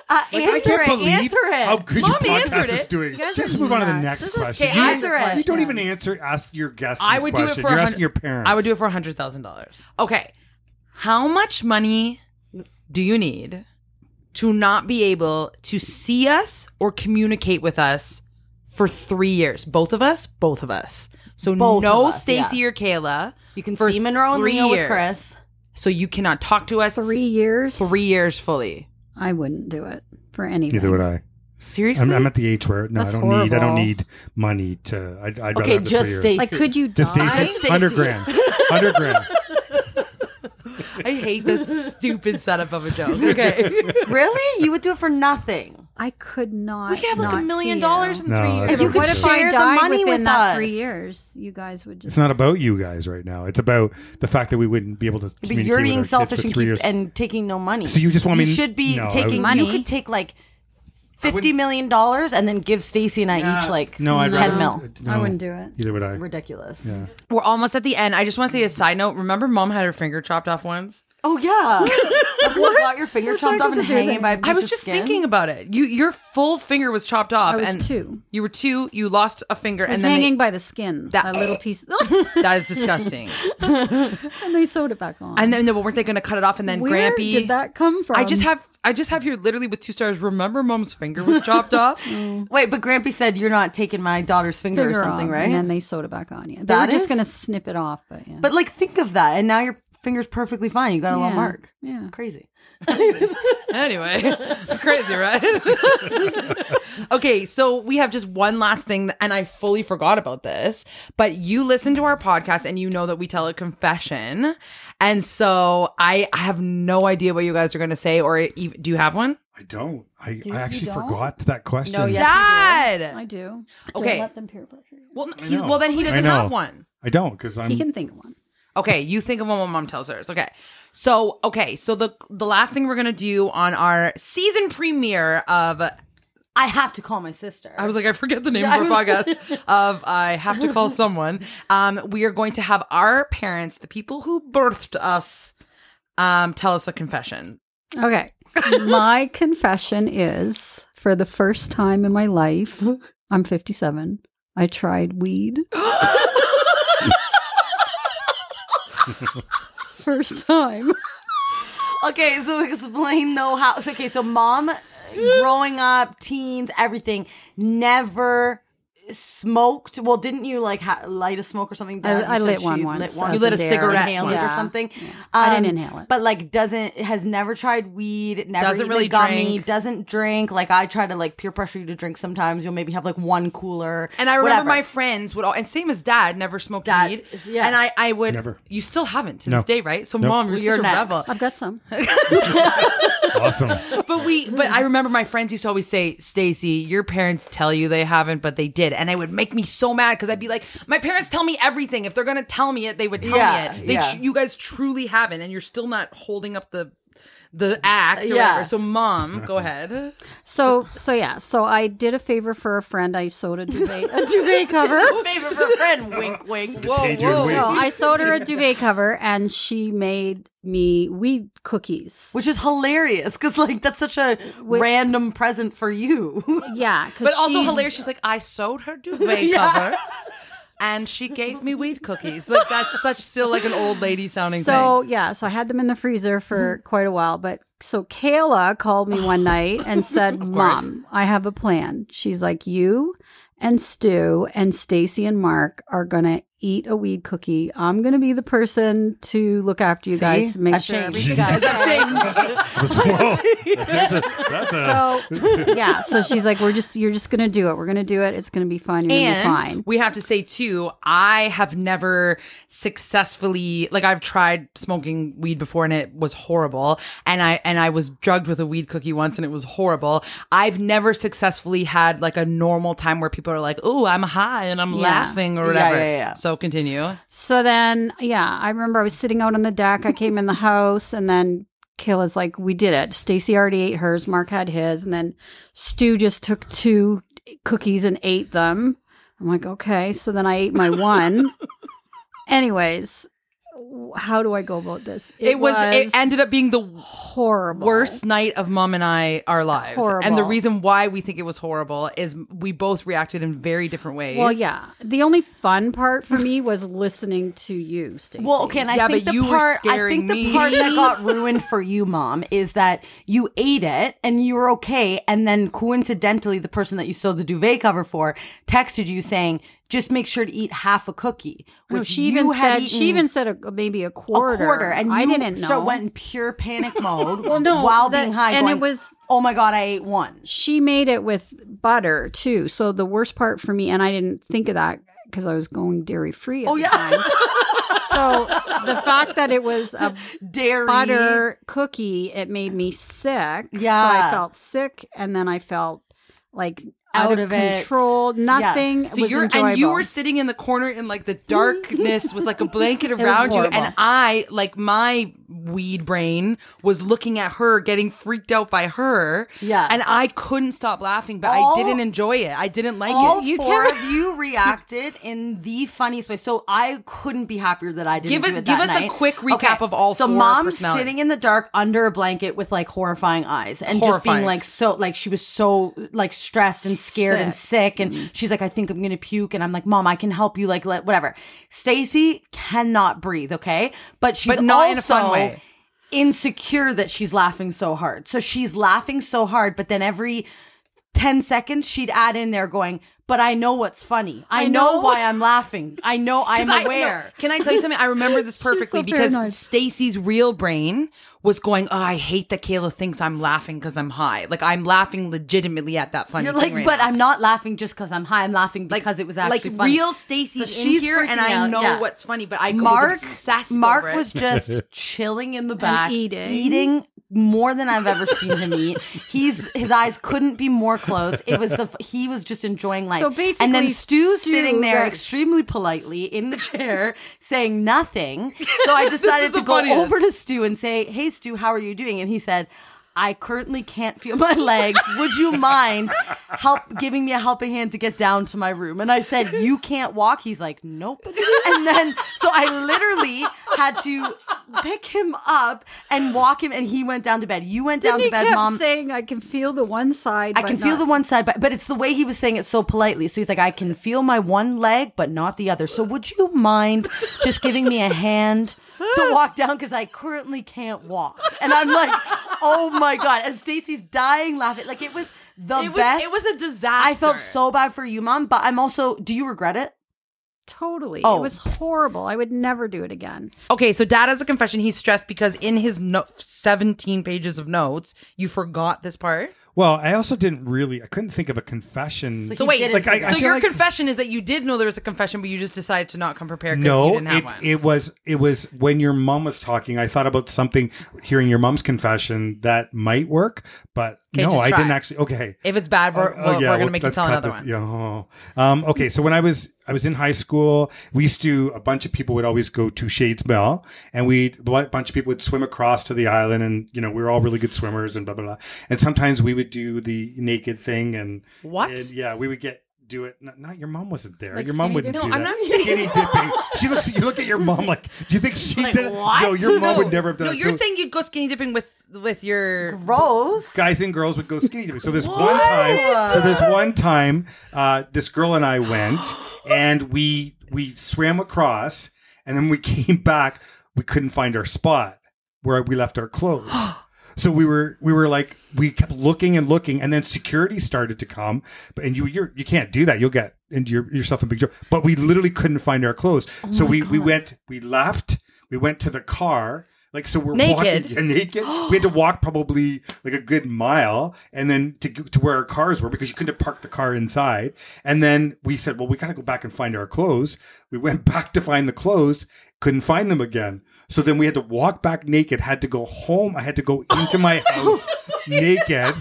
G: Like, I
B: answer
G: can't
B: it,
G: believe
B: answer it.
G: how good
B: Mom
G: your
B: answered
G: podcast is
B: it.
G: doing.
B: You guys
G: Just
B: are
G: move on to the
B: nuts.
G: next
B: This is-
G: question.
B: okay,
G: You-
B: answer it.
G: You don't even answer. Ask your guests.
A: I
G: this
A: would do it
G: question.
A: for
G: You're
A: 100
G: asking your parents.
A: I would do it for hundred thousand dollars. Okay, how much money do you need to not be able to see us or communicate with us for three years? Both of us, both of us. So
B: Both
A: no
B: of us,
A: Stacy
B: yeah.
A: or Kayla.
B: You can
A: for
B: see Monroe and
A: three
B: Leo with
A: years.
G: [LAUGHS]
B: Chris.
A: So you cannot talk to us
F: three years.
A: three years fully.
F: I wouldn't do it for anything.
G: Neither would I.
A: Seriously,
G: I'm, I'm at the age where no,
F: That's
G: I don't need. I don't
F: horrible.
G: need money to. I, I'd rather
B: Okay,
G: have the
B: just
G: three years.
B: Stacy.
F: Like, could you
G: Just
F: die?
G: Stacy. Hundred grand. Hundred grand.
A: I hate that stupid setup of a joke. [LAUGHS] Okay,
B: really? You would do it for nothing.
F: I could not.
A: we could have like
F: not
A: a million
F: see
A: dollars
F: it.
A: in
G: No,
A: three
G: that's
A: years.
B: You could
F: what if I
B: share the
F: died
B: money
F: within
B: with
F: that
B: us.
F: three years? You guys would just.
G: It's not about you guys right now. It's about the fact that we wouldn't be able to.
B: But
G: communicate
B: you're
G: with
B: being
G: our kids
B: selfish
G: for
B: and,
G: three
B: keep,
G: years.
B: and taking no money.
G: So you just want me
B: You
G: to-
B: should be
G: No, I
B: taking
G: would-
B: You
F: Money.
B: could take like fifty million dollars and then give Stacy and I each like
G: no, I'd
B: ten
G: rather,
B: mil.
G: No,
F: I wouldn't do it.
G: Either would I.
B: Ridiculous.
A: We're almost at the end. I just want to say a side note. Remember, mom had her finger chopped off once.
B: Oh yeah. [LAUGHS] what? Got your finger
F: What's
B: chopped
F: that
B: off
F: got
B: and
F: to do with
B: hanging by a
F: anything?
B: piece
A: I was
B: of
A: just
B: skin?
A: thinking about it. You, your full finger was chopped off.
F: I was
A: and
F: two.
A: You were two. You lost a finger,
F: It's
A: and then they-
F: hanging by the skin.
A: That-
F: That little piece. [LAUGHS]
A: that is disgusting.
F: and they sewed it back on.
A: and then, no, but weren't they going to cut it off? And then,
F: Where
A: Grampy,
F: did that come from?
A: I just have, I just have here literally with two stars. Remember, mom's finger was chopped
F: [LAUGHS]
A: off.
B: Wait, but Grampy said you're not taking my daughter's finger,
F: finger
B: or something,
F: on,
B: right?
F: And then they sewed it back on. Yeah, they
B: That
F: were just
B: is-
F: gonna snip it off, but yeah.
B: but like, think of that, and now your finger's perfectly fine. You got a little
F: Yeah.
B: mark.
F: Yeah.
B: Crazy.
A: Anyway, [LAUGHS] crazy, right? [LAUGHS] okay, so we have just one last thing, and I fully forgot about this, but you listen to our podcast and you know that we tell a confession. And so I I have no idea what you guys are going to say, or ev- do you have one?
G: I don't. I, I actually forgot that question.
B: No, yeah.
A: Dad!
F: I do.
A: Okay.
F: Don't let them peer pressure. you.
A: Well,
G: I
A: he,
G: know.
A: well, then he
G: I
A: doesn't
G: know.
A: have one.
G: I don't because I'm.
F: He can think of one.
A: Okay, you think of one when mom tells hers. Okay. So, okay, so the the last thing we're going to do on our season premiere of
B: I have to call my sister.
A: I was like, I forget the name of our podcast. of I have to call someone. Um, we are going to have our parents, the people who birthed us, um, tell us a confession.
F: Okay.
B: [LAUGHS]
F: my confession is for the first time in my life, I'm 57. I tried
B: [LAUGHS]
F: weed. first time.
B: [LAUGHS] Okay, so explain though how. So, okay, so mom, uh, growing up, teens, everything, never smoked. Well, didn't you like ha- light a smoke or something? Dad?
F: I-
B: You
F: I
B: said
F: lit
B: she
F: one once,
A: You lit a
B: and there,
A: cigarette
B: inhaled
A: once.
B: it or
F: Yeah.
B: something.
F: I
B: Um,
F: didn't inhale it.
B: but like doesn't has never tried weed. Never
A: Doesn't
B: eaten
A: really
B: a gummy.
A: drink.
B: Doesn't drink. Like I try to like peer pressure you to drink. Sometimes you'll maybe have like one cooler.
A: And I remember
B: whatever.
A: my friends would all, and same as dad, never smoked
B: Dad
A: weed.
B: is- yeah.
A: And I, I would,
G: Never.
A: you still haven't to
G: No.
A: this day, right? So,
G: Nope.
A: mom, you're,
B: You're
A: such
B: next.
A: a rebel.
F: I've got some.
G: awesome.
B: [LAUGHS]
A: But we, but I remember my friends used to always say, Stacy, your parents tell you they haven't, but they did. And it would make me so mad because I'd be like, my parents tell me everything. If
C: [LAUGHS]
A: they're going to tell me it, they would tell
B: Yeah,
A: me it. They,
B: yeah.
A: tr- you guys truly haven't. And you're still not holding up the, the act or
B: Yeah.
A: whatever. So mom, go ahead.
F: So, so yeah. So I did a favor for a friend. I sewed a duvet,
B: [LAUGHS]
F: a duvet cover.
B: favor for a friend. wink,
A: [LAUGHS]
B: wink.
A: Whoa,
G: Adrian
A: whoa.
G: Wade.
F: No, I sewed her a
B: [LAUGHS]
F: duvet cover, and she made me weed cookies.
B: Which is hilarious because like that's such a random present for you.
F: Yeah,
A: But also hilarious. She's like, I sewed her duvet cover. And she gave me weed cookies. Like that's such still like an old lady sounding
F: So yeah, so I had them in the freezer for quite a while. But so Kayla called me one night
A: [LAUGHS]
F: and said, "Mom, I have a plan." She's like, "You and Stu and Stacy and Mark are gonna eat a weed cookie. I'm gonna be the person to look after you guys, make sure
A: [LAUGHS]
B: shame.
F: everything goes
G: [LAUGHS] Whoa. That's a. That's a
F: So yeah, so she's like, "We're just you're just gonna do it. We're gonna do it. It's gonna be fun. You're
A: And
F: gonna be fine."
A: we have to say too, I have never successfully like I've tried smoking weed before and it was horrible. And I and I was drugged with a weed cookie once and it was horrible. I've never successfully had like a normal time where people are like, "Oh, I'm high and I'm laughing" or whatever.
B: yeah, yeah.
A: So continue.
F: So then, yeah, I remember I was sitting out on the deck. I came in the house, and then Kayla's like, "We did it." Stacy already ate hers. Mark had his, and then Stu just took two
B: [LAUGHS]
F: cookies and ate them. I'm like, okay. So then I ate my one, Anyways, w- how do I go about this?
A: It was, it ended up being the
F: horrible.
A: worst night of mom and I our lives. And the
F: Horrible.
A: reason why we think it was horrible is we both reacted in very different ways.
F: Well, yeah. The only fun part for me was listening to you, Stacey.
B: Well, okay, and I
A: Yeah,
B: think
A: but
B: the
A: you were
B: part I
A: scaring
B: think the
A: me.
B: part that
F: [LAUGHS]
B: got ruined for you, mom, is that you ate it and you were okay, and then coincidentally, the person that you sewed the duvet cover for texted you saying, "Just make sure to eat half a cookie." Which
F: No, she
B: you
F: even
B: had
F: said she
B: eaten
F: even said a, maybe a
B: a
F: quarter.
B: and
F: I
B: you
F: didn't know.
B: So went in pure
F: [LAUGHS]
B: panic mode.
F: Well, no,
B: while
F: that-
B: being high,
F: and it
B: going,
F: was-
B: oh my god, I ate one.
F: she made it with butter too. So the worst part for me, and I didn't think of that because I was going dairy free. Oh the
B: yeah.
F: time. so the fact that it was [LAUGHS] a
B: Dairy
F: butter cookie, it made me sick. so I
B: Yeah.
F: felt sick, and then I felt like out,
B: Out
F: of,
B: of it.
F: control. Nothing
A: So
F: was
A: you're
F: enjoyable.
A: and you were sitting in the corner in like the darkness with like a blanket
B: [LAUGHS]
A: around you, and
F: horrible.
A: I like my weed brain was looking at her, getting freaked out by her.
B: Yeah.
A: and I couldn't stop laughing, but
B: All-
A: I didn't enjoy it. I didn't like
B: all
A: it.
B: four of you reacted in the funniest way. So I couldn't be happier that I didn't
A: Give us-
B: do it
A: give
B: that
A: us a
B: night.
A: quick recap of all
B: So
A: four
B: mom's
A: personalities.
B: sitting in the dark under a blanket with like horrifying eyes and just
A: Horrifying.
B: being like so like she was so like stressed and scared and sick and
A: Mm-hmm.
B: she's like I think I'm gonna puke and I'm like mom I can help you like let, whatever. Stacy cannot breathe, okay, but she's
A: But not
B: also
A: in a fun way.
B: insecure that she's laughing so hard. So she's laughing so hard, but then every 10 seconds she'd add in there going, but I know what's funny. I, know.
A: know.
B: why I'm laughing. I know
A: [LAUGHS]
B: I'm
A: 'Cause I- no,
B: aware.
A: can I tell you something? I remember
B: [LAUGHS]
A: this perfectly because Stacy's real brain was going, "Oh, I hate that Kayla thinks I'm laughing because I'm high. Like I'm laughing legitimately at that funny
B: You're
A: thing
B: like,
A: right
B: but
A: now."
B: I'm not laughing just because I'm high. I'm laughing because it was actually
A: like
B: funny."
A: real Stacy's
B: So
A: in
B: she's
A: here, and
B: freaking
A: I
B: out,
A: know
B: yeah.
A: what's funny, but I
B: Mark,
A: was obsessed.
B: Mark
A: over it.
B: was just chilling in the back,
F: eating.
B: eating more than I've ever seen him eat. He's his eyes couldn't be more closed. It was the he was just enjoying life.
F: So
B: and then
F: basically,
B: Stu
F: Stu-
B: sitting there
F: Right.
B: extremely politely in the
F: [LAUGHS]
B: chair saying nothing. So I decided
A: the
B: to go
A: funniest.
B: over to Stu and say, "Hey, Stu, how are you doing?" And he said. I currently can't feel my legs. Would you mind help giving me a helping hand to get down to my room? And I said, "You can't walk." He's like, "Nope." And then so I literally had to pick him up and walk him and he went down to bed. You went
F: Then
B: down
F: he
B: to bed,
F: kept
B: mom.
F: saying, "I can feel the one side.
B: I
F: but
B: can feel
F: not-
B: the one side, but but it's the way he was saying it so politely. So he's like, I can feel my one leg, but not the other. So would you mind just giving me a hand
A: [LAUGHS]
B: to walk down because I currently can't walk? And I'm like, oh my god! And Stacy's dying laughing. Like it was the
A: It was-
B: best.
A: it was a disaster.
B: I felt so bad for you, mom. But I'm also. Do you regret it?
F: Totally,
B: Oh.
F: it was horrible. I would never do it again.
A: Okay, so dad has a confession. He's stressed because in his no- 17 pages of notes, you forgot this part.
G: Well, I also didn't really. I couldn't think of a confession.
A: So wait,
G: Like, I- I
A: so
G: feel
A: your
G: like-
A: confession is that you did know there was a confession, but you just decided to not come prepared because you
G: no,
A: didn't have
G: it,
A: one.
G: it was it was when your mom was talking. I thought about something, hearing your mom's confession that might work, but
A: Okay,
G: no,
A: just
G: I
A: try.
G: didn't actually. Okay,
A: if it's bad, we're,
G: Oh,
A: we're,
G: yeah,
A: we're gonna
G: well,
A: make you
G: let's
A: tell
G: cut
A: another
G: this-
A: one.
G: yeah, oh. Um, okay, so when I was I was in high school, we used to a bunch of people would always go to Shades Mill, and we a bunch of people would swim across to the island, and you know we were all really good swimmers and blah blah blah. And sometimes we would do the naked thing, and
A: What?
G: and, yeah, we would get. Do it. Not, not your mom wasn't there.
F: Like
G: your mom
F: skinny
G: wouldn't
F: dipping?
A: No,
G: do
A: I'm
G: that.
A: not skinny-
G: skinny dipping. She looks. You look at your mom like. Do you think she did? it? No, your mom would never have done.
A: No,
G: it.
A: you're
G: So-
A: saying you'd go skinny dipping with with your
B: Rose.
G: guys and girls would go skinny dipping. So this one time, so this one time, uh, this girl and I went, and we we swam across, and then we [LAUGHS] came back. We couldn't find our spot where we left our clothes. So we were we were like we kept looking and looking, and then security started to come. But and you you're, you can't do that. You'll get into your, yourself in big trouble. But we literally couldn't find our clothes. so we we went we left. We went to the car. Like so we're
A: Naked.
G: walking [LAUGHS] yeah, naked. we had to walk probably like a good mile, and then to go- to where our cars were because you couldn't park the car inside. And then we said, "Well, we gotta go back and find our clothes." We went [LAUGHS] back to find the clothes, couldn't find them again. So then we had to walk back naked. Had to go home. I had to go into
B: [LAUGHS]
G: my
B: Oh
G: house naked,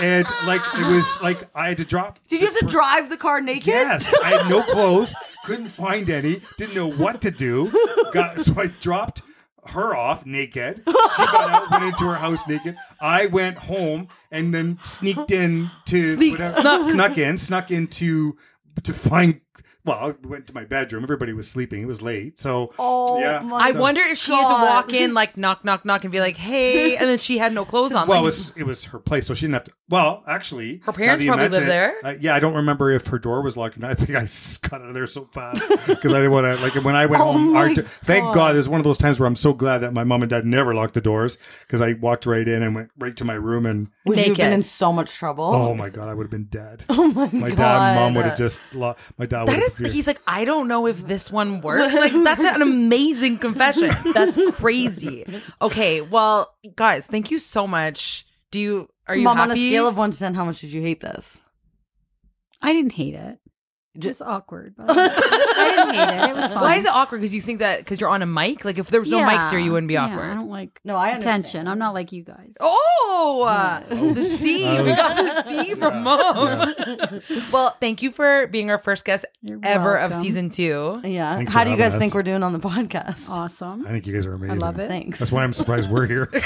G: and like it was like I had to drop.
B: Did you have to drive the car naked?
G: Yes, I had no clothes, couldn't find any, didn't know what to do. Got, [LAUGHS] so I dropped her off naked. She got out, went into her house naked. I went home and then sneaked in to
A: Sneaked,
G: whatever- snuck in, snuck into to find well, I went to my bedroom. Everybody was sleeping. It was late. So
C: Oh
G: yeah.
C: my
A: I
G: So-
A: wonder if she had to
C: God.
A: walk in, like knock, knock, knock, and be like, "Hey," and then she had no clothes on.
G: Well, it
A: like,
G: was it was her place, so she didn't have to. Well, actually,
A: Her
G: now
A: parents
G: that you
A: probably
G: mention
A: live
G: it,
A: there.
G: uh, yeah, I don't remember if her door was locked or not. [LAUGHS] I think I s- got out of there so fast because I didn't want to. Like when I went home, our, do- thank God, it was one of those times where I'm so glad that my mom and dad never locked the doors because I walked right in and went right to my room and
C: Would you have been
A: Naked.
C: in so much trouble?
G: oh my God, I would have been dead.
C: Oh my,
G: my
C: god.
G: dad and mom would have just lo- my dad would
A: that
G: have
A: is,
G: disappeared.
A: he's like, I don't know if this one works. Like, that's an amazing confession. That's crazy. Okay, well, guys, thank you so much. Do you are you
C: mom
A: happy?
C: on a scale of one to ten, how much did you hate this?
F: I didn't hate it.
C: Just-
F: Just awkward.
A: [LAUGHS]
F: But I didn't hate it. It was fine.
A: Why is it awkward? Because you think that because you're on a mic. Like, if there was no mics here, you wouldn't be
F: Yeah,
A: awkward.
F: I don't like
C: No, I understand.
F: attention. I'm not like you guys.
A: Oh, uh, the C.
G: Oh.
A: We got the C from mom. well, thank you for being our first guest
F: You're
A: ever of
F: welcome.
A: season two.
C: Yeah.
G: Thanks
C: how
G: for
C: do you
G: having
C: guys think
G: us.
C: we're doing on the podcast?
F: Awesome.
G: I think you guys are
F: I
G: amazing.
F: love it.
C: Thanks.
G: That's why I'm surprised we're here. [LAUGHS] you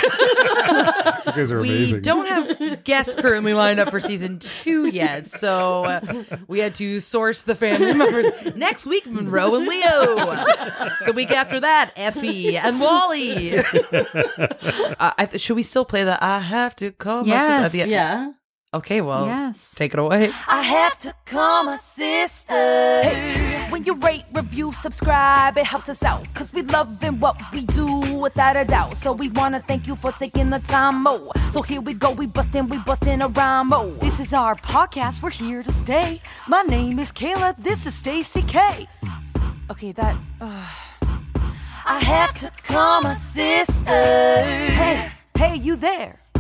G: guys are amazing.
A: We don't have guests currently lined up for season two yet, so uh, we had to source the family [LAUGHS] members. [LAUGHS] Next week, Monroe and Leo. The week after that, Effie and
G: [LAUGHS]
A: Wally. uh, I th- should we still play the "I Have to Call My Sister" at uh, the
F: Yes.
A: end?
C: yeah.
A: Okay. Well.
F: Yes.
A: Take it away.
B: I have to call my sister. When you rate, review, subscribe, it helps us out. Cause we love in what we do without a doubt. So we wanna thank you for taking the time, oh. So here we go, we bustin', we bustin' a rhyme, oh. This is our podcast, we're here to stay. My name is Kayla, this is Stacy K. Okay, that. ugh. I have to call my sister. Hey, hey, you there.